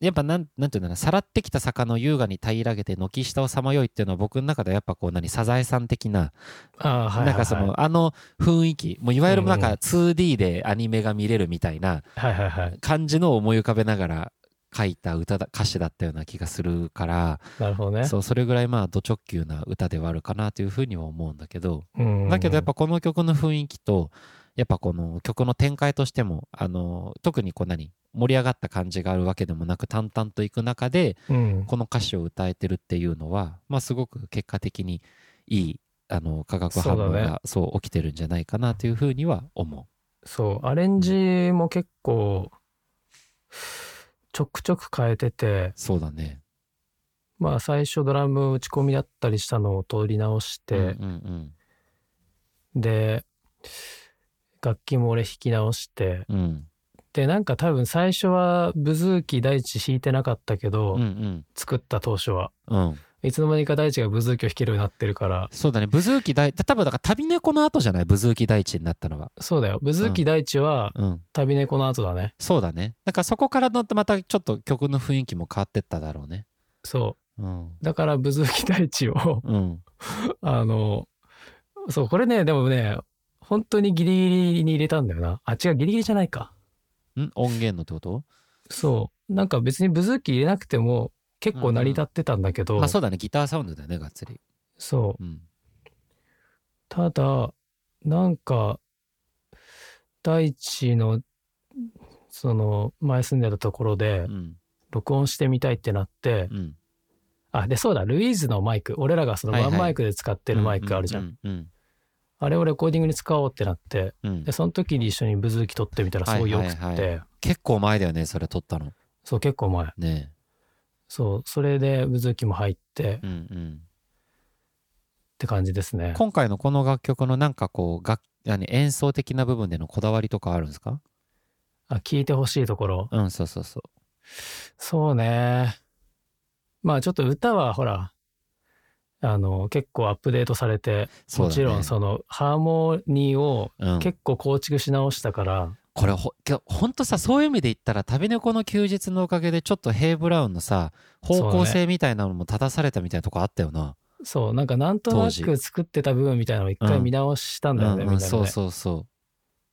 やっぱなんなんていうんだろうなさらってきた魚を優雅に平らげて軒下をさまよいっていうのは僕の中ではやっぱこう何サザエさん的な、ああ、はいはいはい。なんかそのあの雰囲気もういわゆるなんうんか 2D でアニメが見れるみたいな、はいはいはい。感じのを思い浮かべながら書いた歌だ歌詞だったような気がするから、なるほどね。そうそれぐらいまあド直球な歌ではあるかなというふうには思うんだけど、うんだけどやっ、ぱこの曲の雰囲気とやっぱこの曲の展開としてもあの特にこう何盛り上がった感じがあるわけでもなく淡々といく中でうん、この歌詞を歌えてるっていうのは、まあ、すごく結果的にいいあの化学反応そうだねがそう,、起きてるんじゃないかなというふうには思そうアレンジも結構ちょくちょく変えててうそうだね。まあ最初ドラム打ち込みだったりしたのを取り直して、うんうんで楽器も俺弾き直してうんうんでなんか多分最初はブズーキ大地弾いてなかったけど、うんうん作った当初はうんいつの間にか大地がブズーキを弾けるようになってるからそうだね、ブズーキ大、多分だから旅猫の後じゃない、ブズーキ大地になったのは。そうだよブズーキ大地はうん。旅猫の後だねそうだね。だからそこからのまたちょっと曲の雰囲気も変わってっただろうね。そうん。うだからブズーキ大地を <laughs> うん。あの、そう、これね、でもね、本当にギリギリに入れたんだよな。あ、違う、ギリギリじゃないか。ん音源のってことそう。なんか別にブズーキ入れなくても結構成り立ってたんだけど、まあそうだね、ギターサウンドだよね、がっつり。そう。うん。ただ、なんか、大地の、その、前住んでたところでうん。録音してみたいってなって、うん。あ、で、そうだ、ルイーズのマイク、俺らがそのはいワはいンマイクで使ってるマイクあるじゃん。う。うん。あれをレコーディングに使おうってなって、うんうんで、その時に一緒にブズーキ撮ってみたらすごい良くって、はいはい結構前だよね、それ撮ったの。そう、結構前。ねそう、それで、うずきも入ってっうんうん。て感じですね。今回のこの楽曲のなんかこう、楽何演奏的な部分でのこだわりとかあるんですかあ、聞いてほしいところ。うん、そうそうそう。そうね。まあちょっと歌はほら、あの、結構アップデートされて、そうもだねちろんそのハーモニーをうん、結構構築し直したから、これほきょほんとさそういう意味で言ったら旅猫の休日のおかげでちょっとヘイ・ブラウンのさ方向性みたいなのも正されたみたいなとこあったよなそう、なんかなんとな当時く作ってた部分みたいなのを一回見直したんだよね、うんうみんたいそなうね。そうそ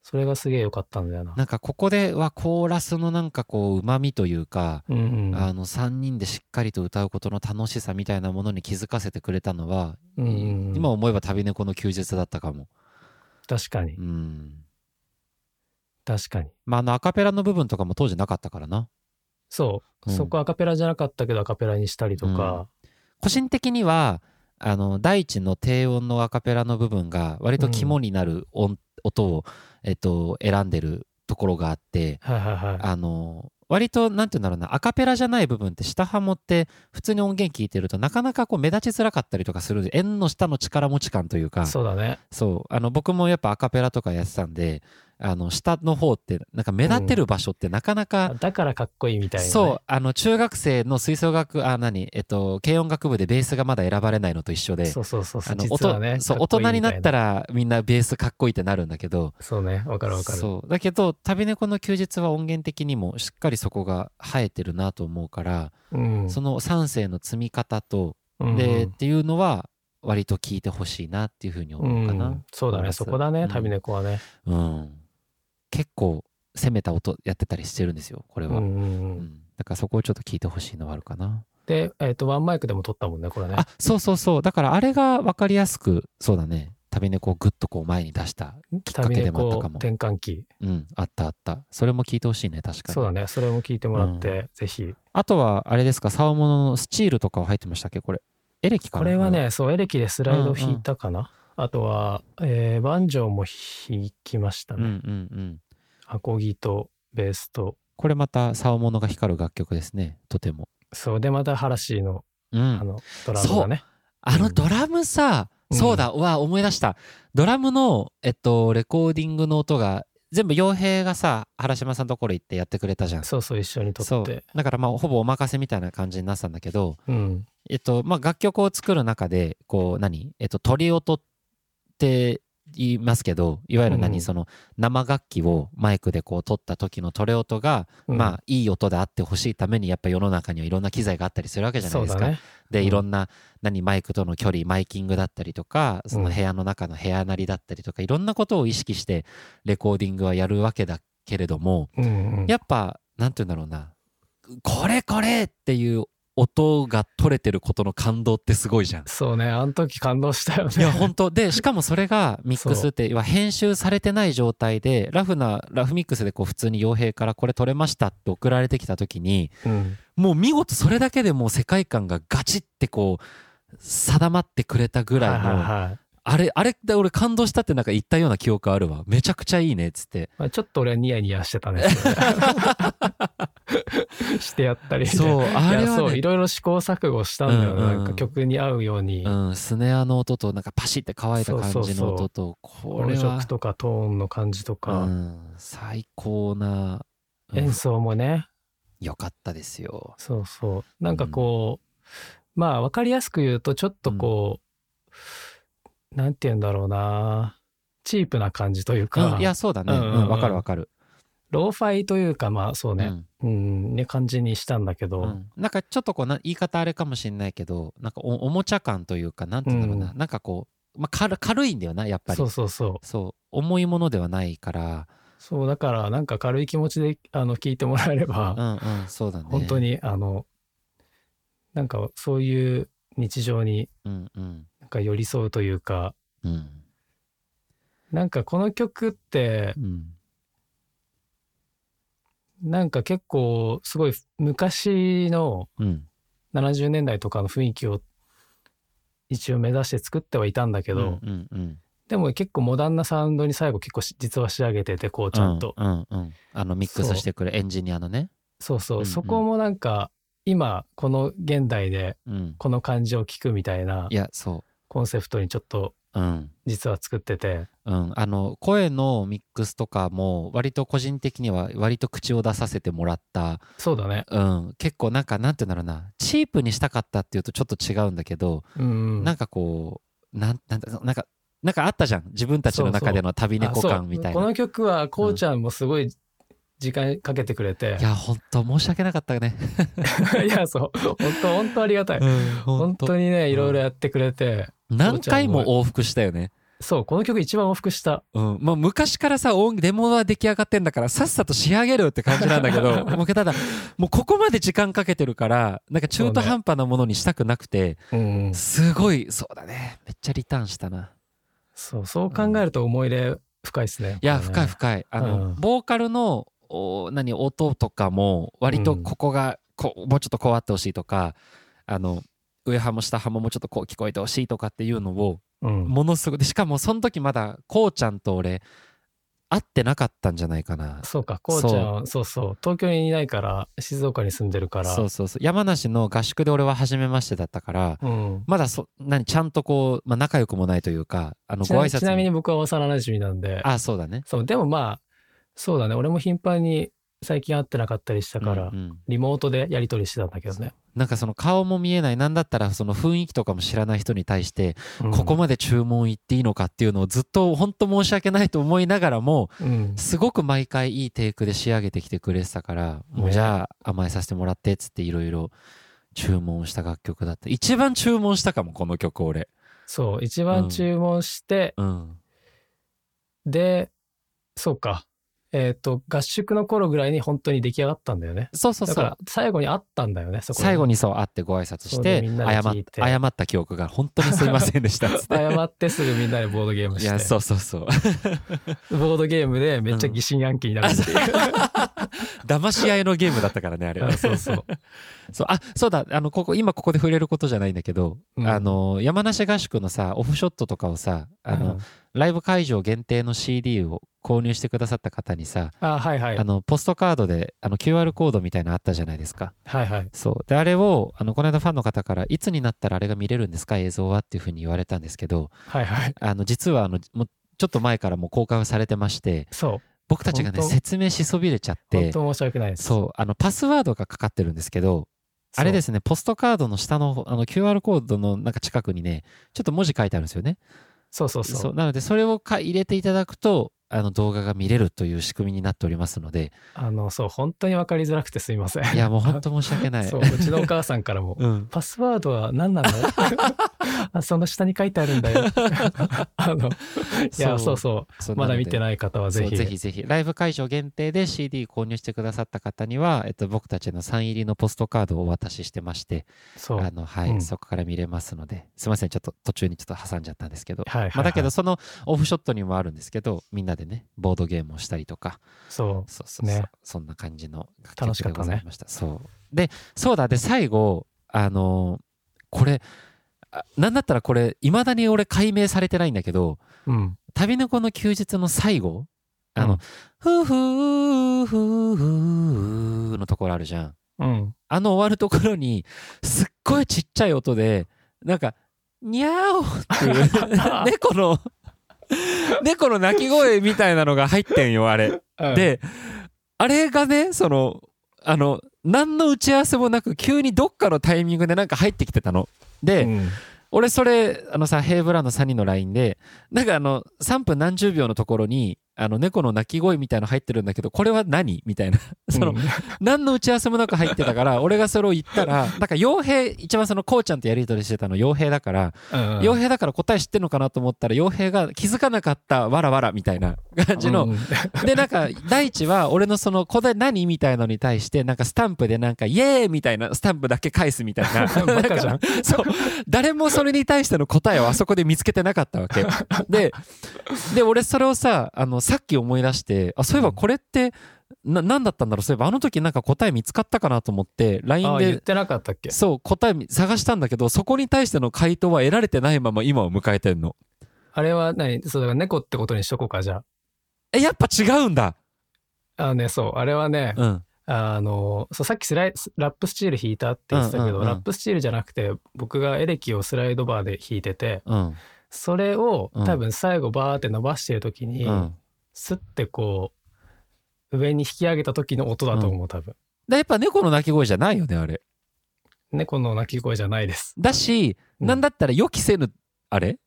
それがすげえ良かったんだよなう。なんかここではコーラスのなんかこううまみというか、うんうんあの3人でしっかりと歌うことの楽しさみたいなものに気づかせてくれたのは、うんうんうん。今思えば旅猫の休日だったかも確かにう、ん確かに。まああのアカペラの部分とかも当時なかったからなそう、うんそこアカペラじゃなかったけどアカペラにしたりとか、個人的にはあの大地の低音のアカペラの部分が割と肝になる音,、音を、えっと、選んでるところがあってはいはいはい。あの割となんて言うんだろうなアカペラじゃない部分って下ハモって普通に音源聞いてるとなかなかこう目立ちづらかったりとかする円の下の力持ち感というかそうだね。そうあの僕もやっぱアカペラとかやってたんであの下の方ってなんか目立てる場所ってなかなか、だからかっこいいみたいなね、そうあの中学生の吹奏楽あ何えっと軽音楽部でベースがまだ選ばれないのと一緒でそうそうそうそあう。の実はね。そうか大こいい人になったみらみんなベースかっこいいってなるんだけどたいな。そうね。わかるわかる。そうだけど旅猫の休日は音源的にもしっかりそこが生えてるなと思うから、うん。その3世の積み方と、うんでっていうのは割と聞いてほしいなっていうふうにうん思うかな、そうだ思いまね。すそこだうね。ん旅猫はね。うん結構攻めた音やってたりしてるんですよこれうんは、うんう。うんんだからそこをちょっと聞いてほしいのはあるかなで、えっ、と、ワンマイクでも撮ったもんね、これね。あそうそうそうだからあれが分かりやすくそうだね旅猫をグッとこう前に出したきっか旅けで猫もあったかも転換期。うんあったあったそれも聞いてほしいね確かにそうだね。それも聞いてもらって、うぜひ。あとはあれですか竿物のスチールとかは入ってましたっけこれエレキかなこれはね、そう、エレキでスライド弾いたかな。あとは、えー、バンジョーも弾きましたうんうんね。うんアコギとベースと。これまた竿物が光る楽曲ですねとてもそう、で、またハラシーの、うあんの、ドラムがね。あのドラムさ、うんそうだうわ思い出したドラムのえっとレコーディングの音が全部傭兵がさ原島さんのところ行ってやってくれたじゃんそうそう、一緒に撮そっうて。だからまあほぼお任せみたいな感じになってたんだけど、うん。えっとまあ、楽曲を作る中でこう何、えっと、鳥音って言いますけどいわゆるうんう何んその生楽器をマイクでこう撮った時の鳥音が、うんまあいい音であってほしいためにやっぱ世の中にはいろんな機材があったりするわけじゃないですか。そうだね。でうんいろんな何マイクとの距離マイキングだったりとかその部屋の中の部屋なりだったりとかいろんなことを意識してレコーディングはやるわけだけれども、うんうん、やっぱ、なんて言うんだろうな。これこれっていう音が取れてることの感動ってすごい <laughs> じゃん。そうね、あの時感動したよね。いや、本当で、しかもそれがミックスって、要は編集されてない状態で、ラフな、ラフミックスでこう普通に傭兵からこれ取れましたって送られてきた時に、うん、もう見事それだけでもう世界観がガチってこう、定まってくれたぐはいはらいいの、はい。あれ、あれ、俺感動したってなんか言ったような記憶あるわ。めちゃくちゃいいねっ <laughs> つって。まあ、ちょっと俺はニヤニヤしてた <laughs> ね。それしてやったりみたいなそう、あいれやはそうねい、ろいろ試行錯誤したんだよね、うんうんなんか曲に合うように、うん、スネアの音となんかパシって乾いた感そうそじうそのう音とこれ音は色とかトーンの感じとか、うん、最高な、うん演奏もねよかったですよ。そうそうなんかこう、まあ分かりやすく言うとちょっとこう、なんて言うんだろうなチープな感じというか、うん、いやそうだね。ううんうんうんんわかるわかる。ローファイというかまあそううね、んうんね感じにしたんだけど、うんなんかちょっとこうな言い方あれかもしれないけどなんかおおもちゃ感というかなんていうんだろうな、うなんかこう、まあ、軽軽いんだよなやっぱりそうそうそうそう重いものではないから、そうだからなんか軽い気持ちであの聞いてもらえれば、うんうん、そうだね本当、にあのなんかそういう日常にうんうんなんか寄り添うというかうんなんかこの曲ってうん、なんか結構すごい昔のうん70年代とかの雰囲気を一応目指して作ってはいたんだけけど、うんうんでも結構モダンなサウンドに最後結構し実は仕上げててこうちゃんと、うんうんうん、あのミックスしてくるエンジニアのね、そうそう、うんうんそこもなんか今この現代でうん、この感じを聞くみたいないやそうコンセプトにちょっとうん実は作ってて、うん、あの声のミックスとかも割と個人的には割と口を出させてもらった、そうだね。うん、結構なんかなんて言うんだろうなチープにしたかったっていうとちょっと違うんだけど、うん。なんかこうなんなんだなんかなんかあったじゃん自分たちの中での旅あ猫そう感みたいこな。の曲は、こうちゃんもすごい時間かけてくれてい。や本当申し訳なかったね。 <laughs> いや、そう。本当本当ありがたい。本本当にね、いろいろやってくれて。何回も往復したよね。そう、この曲一番往復した。うん、まあ昔からさ音デモは出来上がってんだからさっさと仕上げるって感じなんだ <laughs> けどもうただもうここまで時間かけてるからなんか中途半端なものにしたくなくて、うん。すごいそうだねめっちゃリターンしたなそう、そう考えると思い入れ深いですね。いやこれね深い深いあの、うんボーカルのお何音とかも割とここがこうもうちょっとこうあってほしいとかあの上派も下派ももうちょっとこう聞こえてほしいとかっていうのをうん。ものすごいでしかもその時まだこうちゃんと俺会ってなかったんじゃないかなそうか、こうちゃんは、そうそう。東京にいないから、静岡に住んでるから。そうそうそう山梨の合宿で俺は初めましてだったからうん。まだそ何ちゃんとこう、まあ、仲良くもないというかあのちごな挨み拶ちなみに僕は幼馴染なんで。あそうだねそう、でもまあ、そうだね。俺も頻繁に最近会ってなかったりしたから、うんうんリモートでやり取りしてたんだけどね。なんかその顔も見えないなんだったらその雰囲気とかも知らない人に対して、うんここまで注文行っていいのかっていうのをずっと本当申し訳ないと思いながらもうん。すごく毎回いいテイクで仕上げてきてくれてたから、もうねじゃあ甘えさせてもらってっつっていろいろ注文した楽曲だった一番注文したかもこの曲俺そう、一番注文して、うんで、そうか。えっ、と、合宿の頃ぐらいに本当に出来上がったんだよね。そうそうだそかうら最後に会ったんだよね、そこ最後に。にそう会ってご挨そ拶しうでてみんなで謝っ聞いて謝った記憶が本当にすいませんでしたっつっ <laughs> て謝ってすぐみんなでボードゲームいしやて。そうそう <laughs> そうボードゲームでめっちゃ疑心暗鬼になるっていう。騙し合いのゲームだったからねあれはあそうそう。そうあそうだあのここ今ここで触れることじゃないんだけど、うんあの山梨合宿のさオフショットとかをさあの、うんライブ会場限定の CD を購入してくださった方にさ、あ、はいはいあ。のポストカードであの QR コードみたいなのあったじゃないですかはいはい。そうであれをあのこの間ファンの方からいつになったらあれが見れるんですか映像はっていうふうに言われたんですけどはいはい。あの実はあのもうちょっと前からもう公開はされてましてそう。僕たちがね本当説明しそびれちゃっ本て当申し訳ないです。。そうあのパスワードがかかってるんですけどあれですすねポストカードの下のあの QR コードのなんか近くにねちょっと文字書いてあるんですよねそうそうそそうう。なのでそれをか入れていただくとあの動画が見れるという仕組みになっております <laughs> のであの、そう、本当に分かりづらくてすいません。いやもう本当申し訳ないそう、うちのお母さんからも、 <laughs> うんパスワードは <laughs> 何なのあその下に書いてあるんだよ。あの、いや、そそううそうそうまだ見ていない方はぜぜひ。ひぜひぜひライブ会場限定で CD 購入してくださった方には、えっと、僕たちのサイン入りのポストカードをお渡ししてましてそう。あのはい、うんそこから見れますのですいませんちょっと途中にちょっと挟んじゃったんですけど、はいはいはいまあ、だけどそのオフショットにもあるんですけどみんなでねボードゲームをしたりとかそそうそうそう、ねそんな感じの楽しかでったねございましたそうでそうだで最後あのーこれあなんだったらこれいまだに俺解明されてないんだけどう。うん。旅の子の休日の最後あうのん「ふうふうふうふう」のところあるじゃんうん。あの終わるところに、すっごいちっちゃい音で、なんか、にゃーおっていう、 <laughs> 猫の、猫の鳴き声みたいなのが入ってんよ、あれ。で、あれがね、その、あの、何の打ち合わせもなく、急にどっかのタイミングでなんか入ってきてたの。で、うん、俺それ、あのさ、ヘイブランの3人の LINE で、なんかあの、3分何十秒のところに、あの、猫の鳴き声みたいなの入ってるんだけど、これは何みたいな。そのうん、何の打ち合わせもなく入ってたか <laughs> ら俺がそれを言ったらなんか傭兵一番そのこうちゃんとやり取りしてたの傭兵だからうん傭兵だから答え知ってるのかなと思ったら傭兵が気づかなかったわらわらみたいな感じのうんでなんか大地は俺のその答え何みたいのに対してなんかスタンプでなんかイエーイみたいなスタンプだけ返すみたいな <laughs> バカじゃんなかそう誰もそれに対しての答えをあそこで見つけてなかったわけでで俺それをさあのさっき思い出してあそういえばこれってな何だったんだろうそういえばあの時なんか答え見つかったかなと思ってあ LINE 言っでてなかったっけそう答え探したんだけどそこに対しての回答は得られてないまま今を迎えてんのあれは何そうだから猫ってことにしとこうかじゃえやっぱ違うんだあ。あのねそうあれはね、うんあのそうさっきスライラップスチール弾いたって言ってたけど、うんうんうんラップスチールじゃなくて僕がエレキをスライドバーで弾いててうんそれをうん多分最後バーって伸ばしてる時に、うんスッてこう上に引き上げた時の音だと思う多分、でやっぱ猫の鳴き声じゃないよねあれ猫の鳴き声じゃないですだし、うんなんだったら予期せぬあれ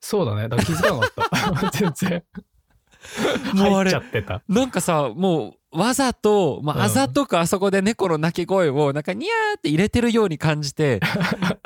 そうだねだから気づかなかった <laughs> 全然もうあ入っれちゃってたなんかさもうわざと、まうんあ、あざとくあそこで猫の鳴き声をなんかニャーって入れてるように感 <laughs> じて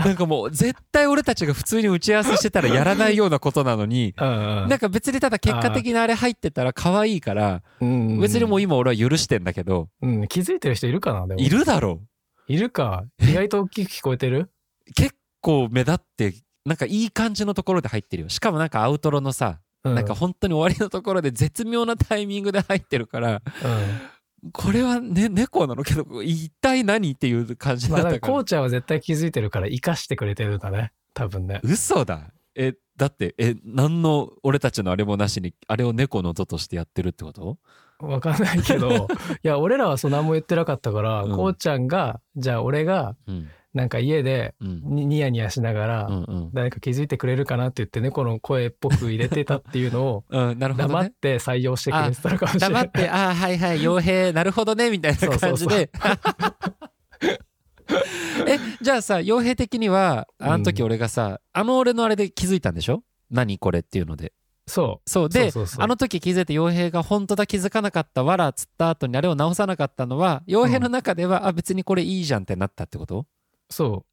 なんかもう絶対俺たちが普通に打ち合わせしてたらやらないようなことなのにうんなんか別にただ結果的にあれ入ってたら可愛いからうん別にもうい、今俺は許してんだけどうん、気づいてる人いるかなでもいるだろいるか意外と大きく聞こえてるう結構目立ってなんかいい感じのところで入ってるよしかもなんかアウトロのさうんなんか本当に終わりのところで絶妙なタイミングで入ってるから <laughs> うこれはね猫なのけど一体何っていう感じん、まあだっだからたからこうちゃんは絶対気づいてるから生かしてくれてるんだね多分ね嘘だえだってえ何の俺たちのあれもなしにあれを猫の音としてやってるってことわかんないけ <laughs> どいや俺らはそう何も言ってなかったから、うんこうちゃんがじゃあ俺がうんなんか家でうんにニヤニヤしながら、うんうん誰か気づいてくれるかなって言って猫の声っぽく入れてたっていうのをうんなるほど黙っねて採用してくれてたのかもしれな黙い。って「ああはいはい傭兵なるほどね」みたいな感じで <laughs> えじゃあさ傭兵的にはあの時俺がさ、あの俺のあれで気づいたんでしょ何これっていうのでそそうう。でそうそうそうあの時気づいて傭兵が本当だ気づかなかったわらっつった後にあれを直さなかったのは傭兵の中では、あ別にこれいいじゃんってなったってことそ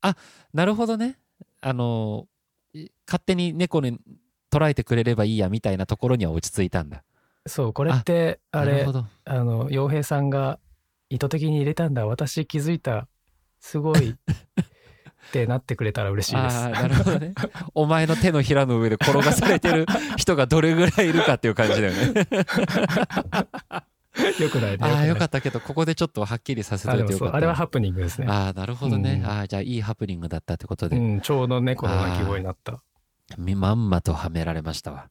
なるほどねあのい勝手に猫に捉えてくれればいいやみたいなところには落ち着いたんだうそうこれってあなるれほどあの洋平さんが意図的に入れたんだ私気づいたすごいってなってくれたら嬉しいです。ああーなるほどねお前の手のひらの上で転がされてる人がどれぐらいいるかっていう感じだ <laughs> よねよくないね。ああよかっったけどここでちょっとはっきりさせあとでいもてよそかうったあれはハプニングですね。あーなるほどね、うんああじゃあいいハプニングだったってことうで、ん、ちょうど猫の鳴き声になった。みまんまとはめられまし <laughs> たわ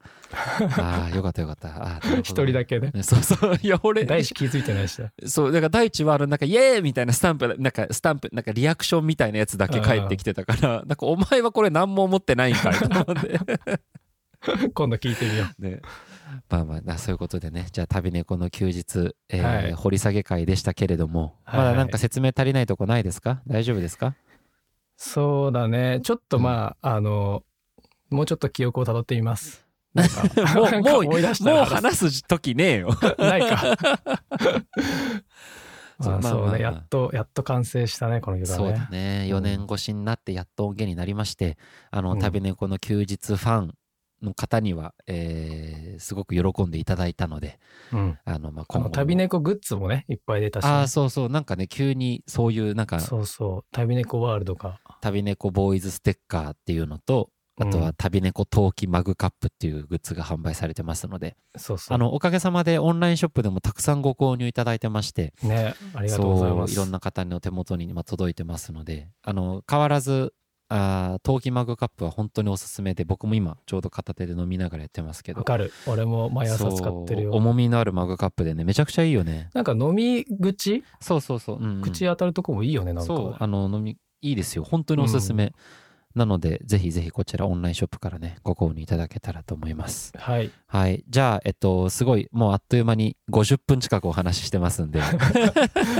ああよかったよかったあーなるほどね一人だけね。そうそういや俺大地気づいてないしね。そう、だから大地はあの、なんか、イエーイみたいなスタンプ、なんか、スタンプ、なんか、リアクションみたいなやつだけ返ってきてたから、なんか、お前はこれ何も思ってないんかいと <laughs> 思って。今度聞いてみよう。ね、まあまあな、そういうことでね、じゃあ、旅猫の休日、えーはい掘り下げ会でしたけれども、はいはいまだなんか説明足りないとこないですか大丈夫で <laughs> すかそうだね。ちょっとまあ、あの、もうちょっと記憶をたどってみます。なんか <laughs> もうなんかもう思い出したもうら話す時ねえよ。ないか。 <laughs> そうまあ、まあそうまあね。やっと、やっと完成したね、この曲そうはだね。ね、うん4年越しになってやっと音源になりまして、あうのん旅猫の休日ファンの方には、えーすごく喜んでいただいたので、うん。あのまあこ今後のも旅猫グッズもね、いっぱい出たしね、ああそうそうなんかね急にそういうなんかそうそう。旅猫ワールドか。旅猫ボーイズステッカーっていうのとあとうはん旅猫陶器マグカップっていうグッズが販売されてますので、そうそう。あのおかげさまでオンラインショップでもたくさんご購入いただいてましてね、ありがとうございそまうす。いろんな方の手元に今届いてますのであの変わらずあー陶器マグカップは本当におすすめで僕も今ちょうど片手で飲みながらやってますけどわかる。俺も毎朝使ってるそうよ。重みのあるマグカップでねめちゃくちゃいいよねなんか飲み口そうそうそう、うんうん口当たるとこもいいよね、なんか。そうあの飲みいいですよ本当におすすめ、なのでぜひぜひこちらオンラインショップからねご購入いただけたらと思いますはい。はいじゃあえっとすごいもうあっという間に50分近くお話ししてま <laughs> すんで <laughs>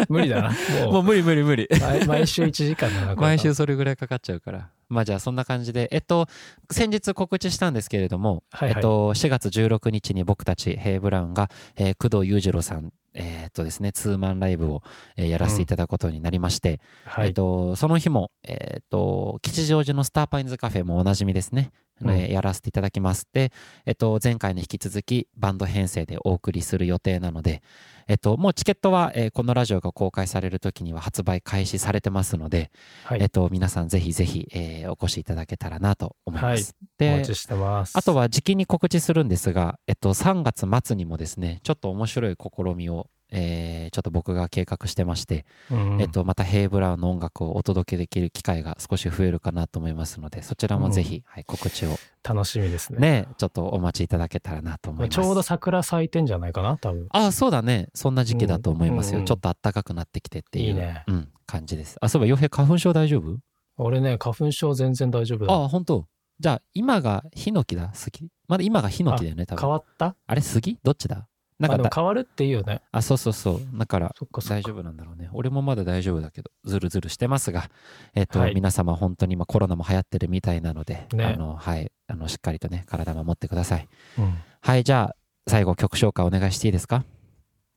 無理だな。ももう無理無理無理う、毎毎週1時間だな、これ毎週。それぐらいかかっちゃうからまあじゃあそんな感じでえっと先日告知したんですけれども、はいはいえっと4月16日に僕たちヘイブラウンが、えー工藤裕次郎さんえーっとですねツーマンライブを、えーやらせていただくことになりまして、はえっい。と、その日も、えっと、吉祥寺のスターパインズカフェもおなじみですね、うんえーやらせていただきます。で、えっと、前回に引き続きバンド編成でお送りする予定なので、えっと、もうチケットは、えーこのラジオが公開される時には発売開始されてますので、はいえっと、皆さんぜひぜひ、えーお越しいただけたらなと思います。おで待ちしてます。あとは時期に告知するんですが、えっと、3月末にもですね、ちょっと面白い試みを、えーちょっと僕が計画してまして、うん、えっと、またヘイブラウンの音楽をお届けできる機会が少し増えるかなと思いますので、そちらもぜひ、はい、告知を楽しみですね。ね、ちょっとお待ちいただけたらなと思います。ちょうど桜咲いてんじゃないかな、多分。ああ、そうだね。そんな時期だと思いますよ。うんちょっと暖かくなってきてっていう。いいねうん、感じです。あ、そういえば、洋平花粉症大丈夫俺ね、花粉症全然大丈夫だ。ああ、本当じゃあ今がヒノキだ杉まだ今がヒノキだよね多変分わったあれ杉どっちだまなんかあでもだ変わるっていうよね。あそうそうそうだからそっかそっ大か。丈夫なんだろうね俺もまだ大丈夫だけどずるずるしてますが、えっとはい皆様本当に今コロナも流行ってるみたいなので、ねあのはい、あのしっかりとね体守ってくださいうんはいじゃあ最後曲紹介お願いしていいですか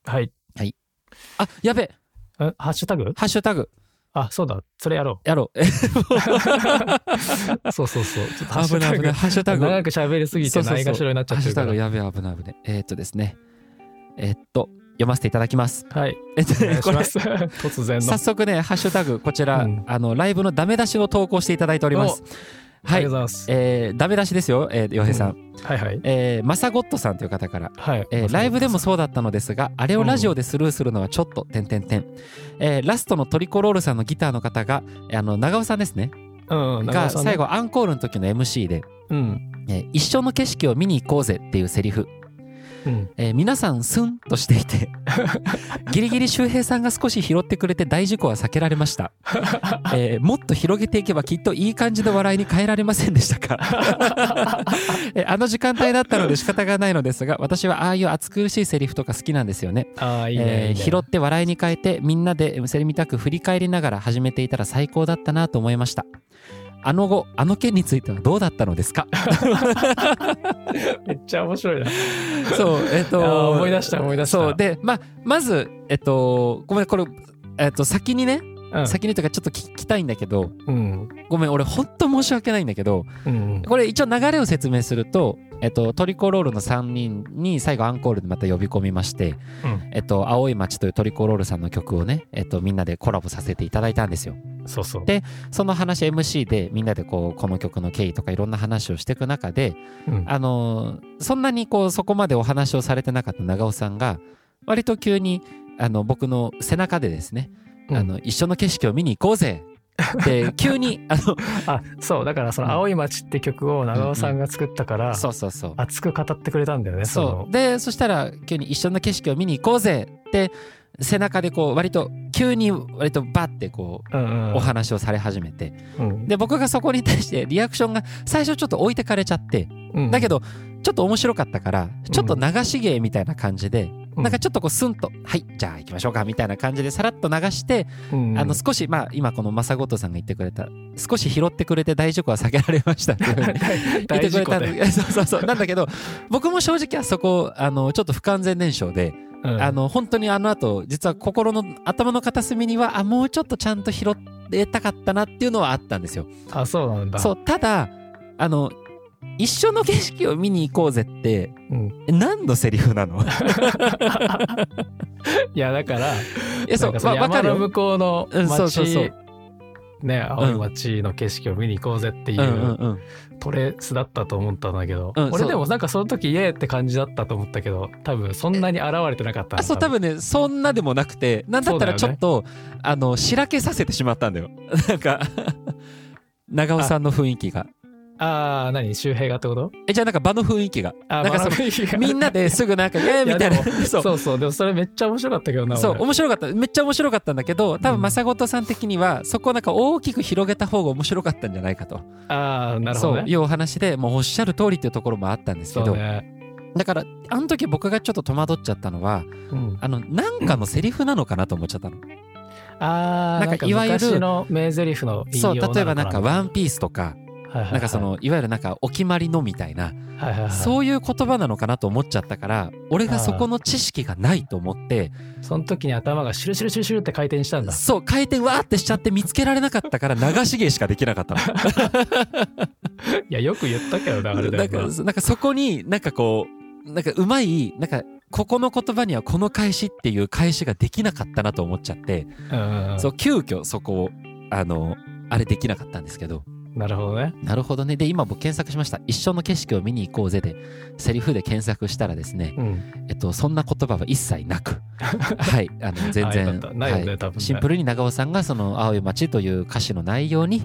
はい。あやべえハッシュタグハッシュタグあ、そうだ。それやろやろう <laughs> う。そうそうそう。ちょっとハッシ危ュないタ危ないグ。ハッシュタグ長く喋りすぎそてうそうそうないがしろになっちハゃッってシュるかタグら。やべえ危ない危ないえーっとですねえーっと読ませていただきますはい。えっとお願いこしれます。突然の。早速ねハッシュタグこちら、うんあのライブのダメ出しを投稿していただいておりますあはりがとうごいざいます。えーダメ出しですよ、えー、洋平さん、はいはい。えーマサゴットさんという方から、はい。えーライブでもそうだったのですがあれをラジオでスルーするのはちょっと、点点点えーラストのトリコロールさんのギターの方がえーあの長尾さんですねうん、長が尾さん最ね。後アンコールの時の MC で、うん。えー一緒の景色を見に行こうぜ」っていうセリフ、うん。えー皆さんスンとして <laughs> いてギリギリ周平さんが少し拾ってくれて大事故は避けられました、えーもっと広げていけばきっといい感じの笑いに変えられませんでしたか <laughs> えーあの時間帯だったので仕方がないのですが私はああいう暑苦しいセリフとか好きなんですよねああ、いいえーね。いいね拾って笑いに変えてみんなでセリみたく振り返りながら始めていたら最高だったなと思いましたあの後あの件についてはどうだったのですかめっちゃ面白いな。 <laughs> そうえいっ、やと思い出した思い出したそうでままずえっ、とごめんこれえっ、と先にね、うん先にというかちょっと聞きたいんだけどうん。ごめん俺ほんと申し訳ないんだけどうん。これ一応流れを説明すると、えっと、トリコロールの3人に最後アンコールでまた呼び込みまして、うんえっと、青い街というトリコロールさんの曲をね、えっと、みんなでコラボさせていただいたんですよ。そうそう。でその話 MC でみんなでこうこの曲の経緯とかいろんな話をしていく中で、うんあのーそんなにこうそこまでお話をされてなかった長尾さんが割と急にあの僕の背中でですね、うんあの一緒の景色を見に行こうぜ <laughs> って急にあのあ、そう。だから、その、青い街って曲を長尾さんが作ったから、そうそうそう熱く語ってくれたんだよね、そそのう。でそしたら急に「一緒の景色を見に行こうぜ」って背中でこう割と急に割とバッてこううんうん。お話をされ始めてうんで僕がそこに対してリアクションが最初ちょっと置いてかれちゃってうんだけどちょっと面白かったからちょっと流し芸みたいな感じでうんなんかちょっとこうスンと「はいじゃあ行きましょうか」みたいな感じでさらっと流してうんあの少しまあ今この正トさんが言ってくれた少し拾ってくれて大事故は避けられましたっていうふ <laughs> <laughs> うに言っ大てく事れ故たんでだそうそうそうなんだけど僕も正直あそこあのちょっと不完全燃焼で、うんあの本当にあの後実は心の頭の片隅にはあもうちょっとちゃんと拾えたかったなっていうのはあったんですよあそうなんだ、そううただあの一緒の景色を見に行こうぜってん、何のセリフなの <laughs> いいやだからやそうなんまあのわか山るのよ向こうのうん街、そうそうそうね青い街の景色を見に行こうぜっていうんうんううんトレースだったと思ったんだけど、うん俺でそもなんかその時イエーって感じだったと思ったけど多分そんなに現れてなかったのあそう多分ねそんなでもなくてなんだったらちそょうだよっねと、あのしらけさせてしまったんだよ <laughs> なんか長尾さんの雰囲気がああ何周平がってことえじゃあなんか場の雰 <laughs> 囲気があなんかそののみんなですぐなんか「えーみたいないやで <laughs> そうそうそうでもそれめっちゃ面白かったけどなそう俺面白かっためっちゃ面白かったんだけど多う分ん正事さん的にはそこをなんか大きく広げた方が面白かったんじゃないかと、ああなるほそどうねいうお話でもうおっしゃる通りっていうところもあったんですけそど、うね、だからあの時僕がちょっと戸惑っちゃったのはうん、あのなんかのセリフなのかなと思っちゃったの。ああなんかいわゆる昔の名台詞の引用そうなの例えばなんなか「ワンピースとかはいはいはいなんかそのいわゆるなんかお決まりのみたいなはいはいはいそういう言葉なのかなと思っちゃったから俺がそこの知識がないと思ってその時に頭がシュルシュルシュルシュルって回転したんだ。そう回転わーってしちゃって見つけられなかったから流し芸しかできなかったのいや、よく言ったけどな、あれだ <laughs> なんよかな。なんかそこになんかこうなんかうまいなんかここの言葉にはこの返しっていう返しができなかったなと思っちゃって、うんうんそう急遽そこをあのあれできなかったんですけどうん。なるほどね。なるほどねで今僕検索しました「一緒の景色を見に行こうぜ」でセリフで検索したらですね、うん。えっと、そんな言葉は一切な <laughs> くはいあの全あよか然ったないよね多分ねシンプルに長尾さんがその「青い街」という歌詞の内容に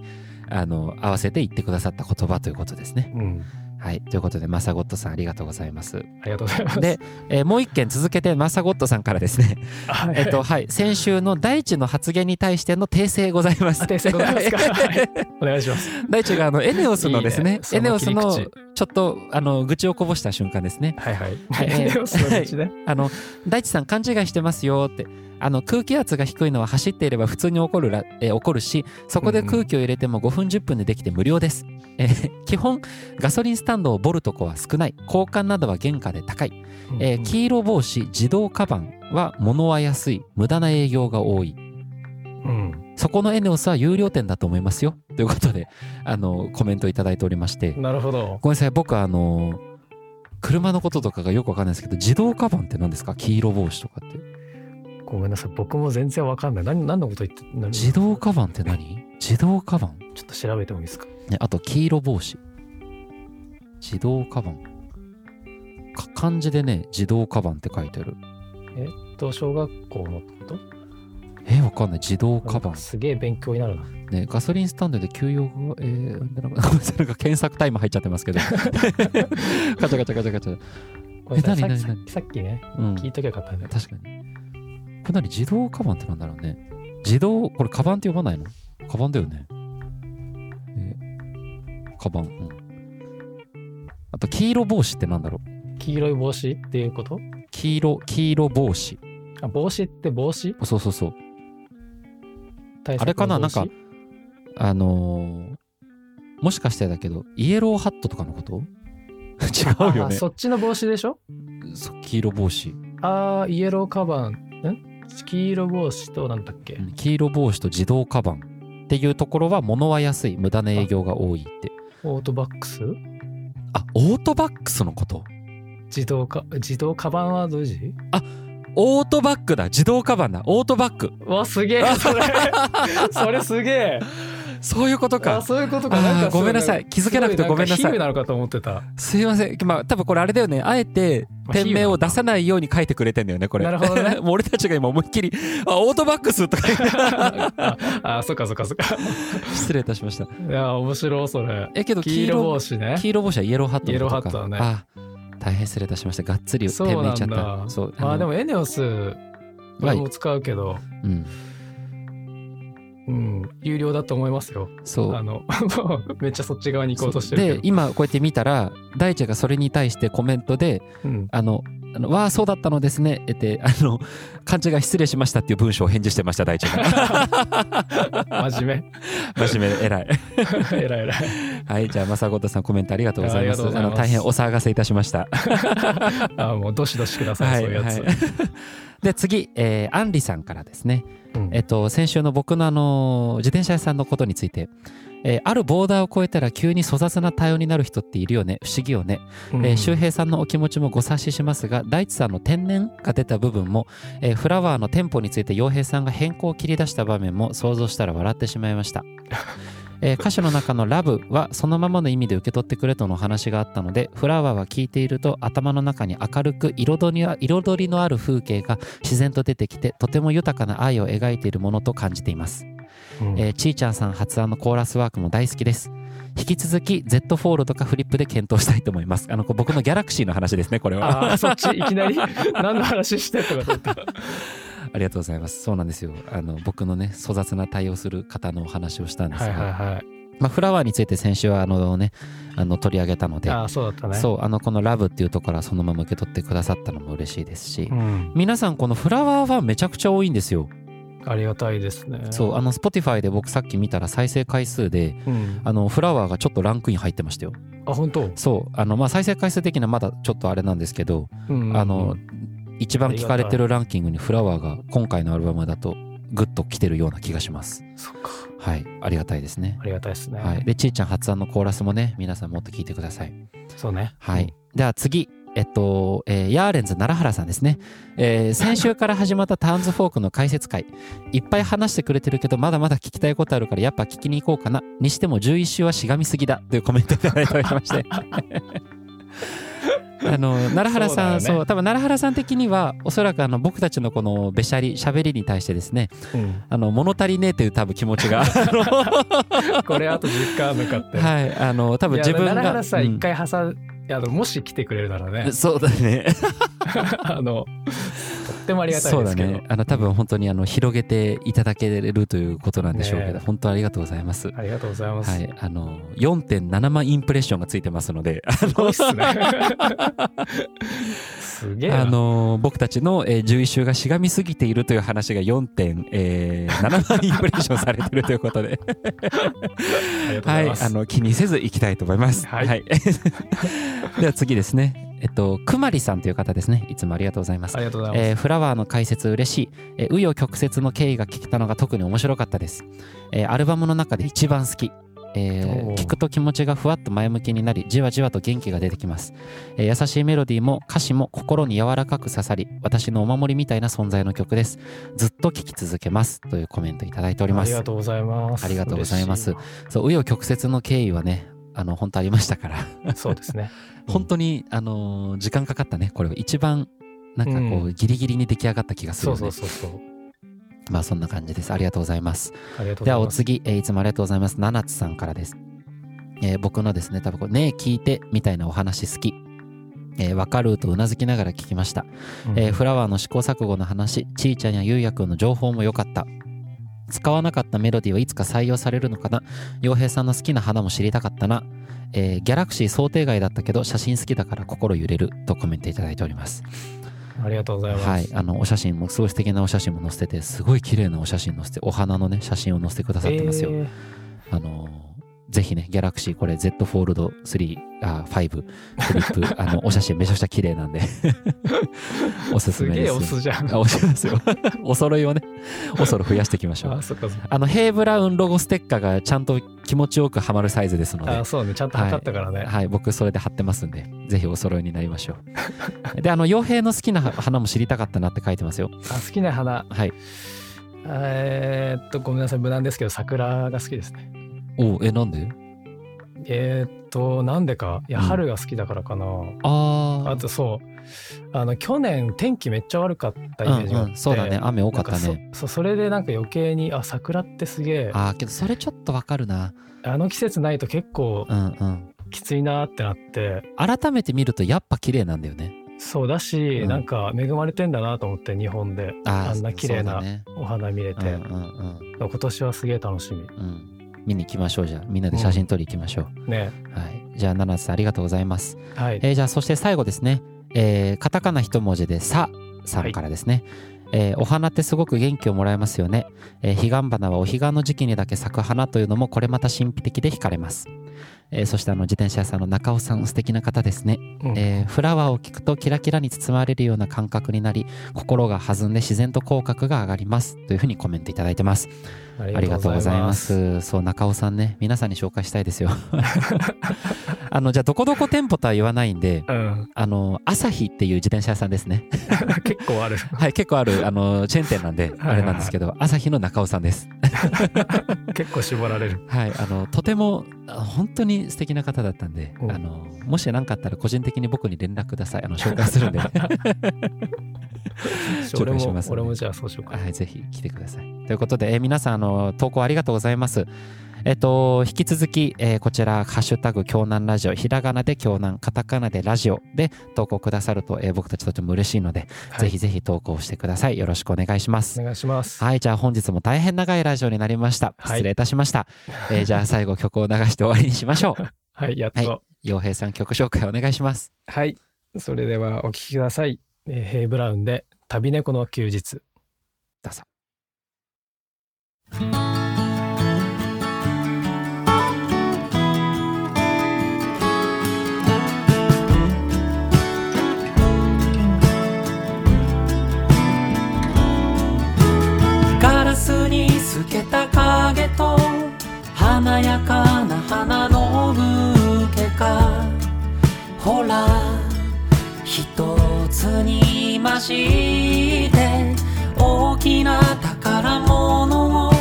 あの合わせて言ってくださった言葉ということですね。うん。はい、ということでマサゴットさんありがとうございます。ありがとうございます。で、えーもう一件続けてマサゴットさんからですね、はいえっとはい、先週の大地の発言に対しての訂正ございます。 <laughs> あ訂正ございますかはいお願いします。 <laughs> 大地があのエネオスのですねいいねそエネのオス切り口のちょっとあの愚痴をこぼした瞬間ですねはいはい。 <laughs> はいえーそのうちねあの大地さん勘違いしてますよってあの空気圧が低いのは走っていれば普通に起こるら、えー起こるしそこで空気を入れても5分10分でできて無料です、えー基本ガソリンスタンドをボるとこは少ない交換などは原価で高いえー黄色帽子自動カバンは物は安い無駄な営業が多いうんそこのエネオスは有料店だと思いますよということであのコメントいただいておりましてうんなるほど。ごめんなさい僕あの車のこととかがよくわかんないですけど自動カバンって何ですか黄色帽子とかってごめんなさい。僕も全然わかんない。何何のこと言って何自動カバンって何自動カバン、ちょっと調べてもいいですか。ね、あと黄色帽子自動カバンか漢字でね自動カバンって書いてあると小学校のことえわかんない自動カバンすげえ勉強になるな。ね、ガソリンスタンドで給油が、えー、 <laughs> なんかごめんなさいなんか検索タイム入っちゃってますけど <laughs> ガチャガチャガチャガチャ、ごめんなさい何さっ何きさっきね、うん、聞いときゃよかったね。確かにこれ何自動カバンってなんだろうね自動これカバンって呼ばないのカバンだよねえーカバン、うん、あと黄色帽子ってなんだろう黄色い帽子っていうこと黄色黄色帽子あ帽子って帽子そうそうそう対策のあれかな帽子なんかあのーもしかしてだけどイエローハットとかのこと <laughs> 違うよあねそっちの帽子でしょそう黄色帽子ああ、イエローカバン。ん黄色帽子となんだっけうん黄色帽子と自動カバンっていうところは物は安い無駄な営業が多いってオートバックスあオートバックスのこと自動か、自動カバンはどういう字オートバックだ自動カバンだオートバックわ、すげえそれ <laughs> それすげえそういうことあかそういうことあか。ーなんかごめんなさいす気づけなくてごめんなさいすごなんか比喩なのかと思ってた。 <laughs> すいませんまあ多分これあれだよねあえてまあ店名を出さないように書いてくれてんだよねこれなるほどねもう <laughs> 俺たちが今思いっきりあオートバックスとか言っ <laughs> てああ、そっかそっかそっか。失礼いたしましたいや、面白いそれ。えけど黄黄色色帽子ね。黄色帽子はイエローハットのことかイエローハットだあ大変失礼いたしましたがっつり店そうなん名だいっちゃったそうまあでのもエネオスは俺もい使うけど、うんうん、有料だと思いますよ。そうあの、 <laughs> もうめっちゃそっち側に行こうとしてでるけ今こうやって見たら大地がそれに対してコメントでど。うん「あのあのわあそうだったのですね」ってあの「勘違い失礼しました」っていう文章を返事してました大地 <laughs> が真面真面 <laughs> 目偉い目。えらいえらい。はいじゃあ正ゴさんコメントありがとうございまありがとすうございのます大変お騒がせいたしましたあもうどしどしください、はいそういうやつ。はいで次、えー、アンリさんからですねうんえっと、先週の僕のあの自転車屋さんのことについて、えーあるボーダーを越えたら急に粗雑な対応になる人っているよね不思議よね、えー周平さんのお気持ちもご察ししますが大地さんの天然が出た部分も、えーフラワーのテンポについて洋平さんが変更を切り出した場面も想像したら笑ってしまいました。えー歌詞の中の「ラブ」はそのままの意味で受け取ってくれとのお話があったので「フラワー」は聞いていると頭の中に明るく彩りは彩りのある風景が自然と出てきてとても豊かな愛を描いているものと感じています、うんえーちーちゃんさん発案のコーラスワークも大好きです引き続き Z フォールとかフリップで検討したいと思いますあのこう僕のギャラクシーの話ですねこれはあーそっちいきなり <laughs> 何の話してとかと思ったありがとうございますそうなんですよあの僕のね粗雑な対応する方のお話をしたんですはが、いはいはいまあ、フラワーについて先週はあのねあの取り上げたのであーそうだったねそうあのこの「ラブ」っていうところはそのまま受け取ってくださったのも嬉しいですし、うん、皆さんこのフラワーはめちゃくちゃ多いんですよ、ありがたいですねそうあの Spotify で僕さっき見たら再生回数でう、ん、ああのフラワーがちょっとランクイン入ってましたよ本当、そうあのまあ再生回数的なまだちょっとあれなんですけど、うんあの一番聞かれてるランキングにフラワーが今回のアルバムだとグッと来てるような気がしますそっかはいありがたいですねありがたいですね、はい、でちーちゃん発案のコーラスもね皆さんもっと聞いてくださいそうねはい。では次。えっと、えーヤーレンズ奈良原さんですね、えー先週から始まったターンズフォークの解説会いっぱい話してくれてるけどまだまだ聞きたいことあるからやっぱ聞きに行こうかなにしても11週はしがみすぎだというコメントいただいておりましてあの奈良原さんそそう,、うだよね多分奈良原さん的にはおそらくあの僕たちのこのべしゃりしゃべりに対してですねうんあの物足りねえという多分気持ち <laughs> があのこれあと10回向かって。はいあの多分いや自分が奈良原さんうん一回挟ん、いやあのもし来てくれるならねそうだねあのとってもありがたいうそでだすけど、ねあの多分本当にあの広げていただけるということなんでしょうけど、ねえ本当ありがとうございますありがとうございます、はい、あの4.7万インプレッションがついてますので、すごいっすね <laughs> すげえなあの僕たちの、えー11週がしがみすぎているという話が4.7万インプレッションされてるというこ <laughs> とで、ありがとうごはざいい、ます、あの気にせずいきたいと思い <laughs> ます。はいでは次ですね、えっとくまりさんという方ですね、いつもありがとうございますあ。りがとうございます、えーフラワーの解説嬉しい、えー、紆余曲折の経緯が聞けたのが特に面白かったです、えーアルバムの中で一番好き、えーおー聞くと気持ちがふわっと前向きになりじわじわと元気が出てきます、えー優しいメロディーも歌詞も心に柔らかく刺さり私のお守りみたいな存在の曲ですずっと聴き続けますというコメントいただいておりまありすがとうございますありがとうございます嬉しそう紆余曲折の経緯はねあの本当ありましたからなそうですねうん本当に、あのー時間かかったねこれは一番なんかこう、うギリギリに出来上がった気が <laughs> するそうよねそうそうそうまあそんな感じです。ありがとうございます。ありがとうごでざはいおます次、えーいつもありがとうございます。七つさんからです。えー僕のですね、多分これ、ねえ聞いてみたいなお話好き。えーわかるとうなずきながら聞きました。えーフラワーの試行錯誤の話、ちーちゃんやゆうやくんの情報も良かった。使わなかったメロディーはいつか採用されるのかな洋平さんの好きな花も知りたかったな。えーギャラクシー想定外だったけど、写真好きだから心揺れるとコメントいただいております。ありがとうございます、はい、あのお写真もすごい素敵なお写真も載せててすごい綺麗なお写真載せてお花のね写真を載せてくださってますよ、えーあのーぜひねギャラクシーこれ Z フォールド3あ5フ <laughs> リップあのお写真めちゃくちゃ綺麗なんで <laughs> おすすすめげでえす押すじゃんあおすすめですよ <laughs> お揃いをねおそろ増やしていきましょうあそっかそっかあのヘイブラウンロゴステッカーがちゃんと気持ちよくはまるサイズですのであそうねちゃんと測ったからね、はい、僕それで貼ってますんで、ぜひお揃いになりましょ <laughs> う。で、あの、傭兵の好きな花も知りたかったなって書いてますよ。あ好きな花はい。えーっとごめんなさい無難ですけど桜が好きですねおえ、なんでえーっとなんでかいやうん春が好きだからかな、あああとそうあの去年天気めっちゃ悪かったイメージがあって、うんうん、そうだね、雨多かったなんね。かそそうそれでなんか余計にあ桜ってすげえあああ、けどそれちょっとわかるな。の季節ないと結構うんうん。きついなってなって改めて見るとやっぱ綺麗なんだよね。そうだし、うんなんか恵まれてんだなと思って日本であーあんな綺麗そうだなねお花見れうんて、うん今年はすげえ楽しみうんうん。見に行きましょうじゃあ。みんなで写真撮り行きましょう。ねはい。じゃあ、七瀬さんありがとうございます。はい、えーじゃあそして最後ですね、えーカタカナ一文字で「さ」さんからですね、えーお花ってすごく元気をもらえますよね、えー彼岸花はお彼岸の時期にだけ咲く花というのもこれまた神秘的で惹かれます、えーそしてあの自転車屋さんの中尾さん素敵な方ですね、うんえーフラワーを聞くとキラキラに包まれるような感覚になり心が弾んで自然と口角が上がりますというふうにコメントいただいてますありがとうございます。そう、中尾さんね、皆さんに紹介したいですよ。 <laughs> あの、じゃあ、どこどこ店舗とは言わないんで、うん、あの、朝日っていう自転車屋さんで <laughs> すね。結構ある。 <laughs> はい、結構ある、あの、チェーン店なんで、はいあれなんですけど、朝日の中尾さんです。結構絞られ <laughs> る。はい、あの、とても、あ本当に素敵な方だったんで、うんあの、もし何かあったら個人的に僕に連絡ください。あの、紹介 <laughs> するんで。俺しもますね俺もじゃあそうしようか。はい、ぜひ来てください。ということで、えー皆さんあの投稿ありがとうございます。えっと、引き続き、えーこちら、ハッシュタグ、京南ラジオ、ひらがなで京南、カタカナでラジオで投稿くださると、えー僕たちとても嬉しいので、はいぜひぜひ投稿してください。よろしくお願いしますお。願いします。はい、じゃあ本日も大変長いラジオになりました。はい失礼いたしました。えーじゃあ最後曲を流して終わりにしましょ <laughs> う。はい、やっと。洋平さん曲紹介お願いします。はい、それではお聞きください。えーヘイブラウンで旅猫の休日。どうぞ。ガラスに透けた影と華やかな花のブーケかほら一つにまして大きな宝物を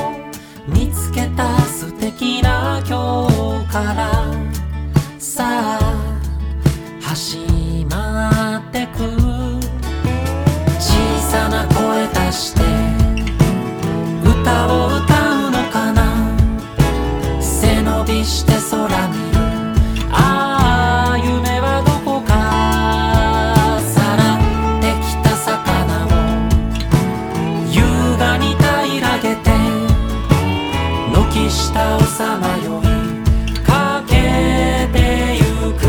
見つけた素敵な今日からさあ始ま下をさまよいかけてゆく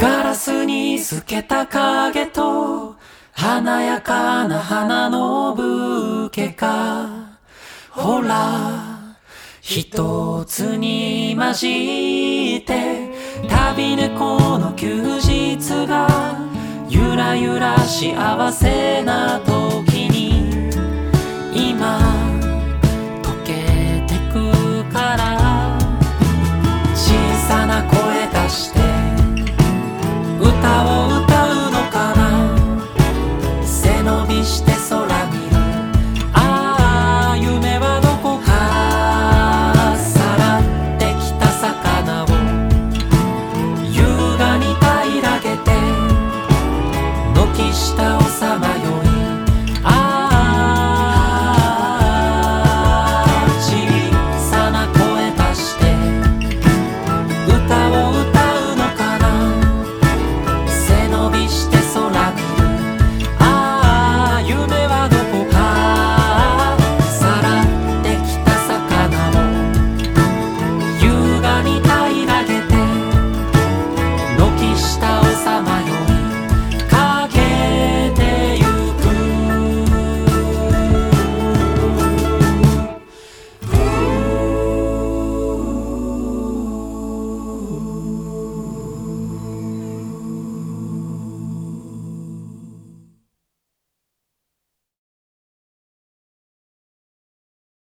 ガラスに透けた影と華やかな花のブーケかほら一つに混じって旅猫の休日がゆらゆら幸せな時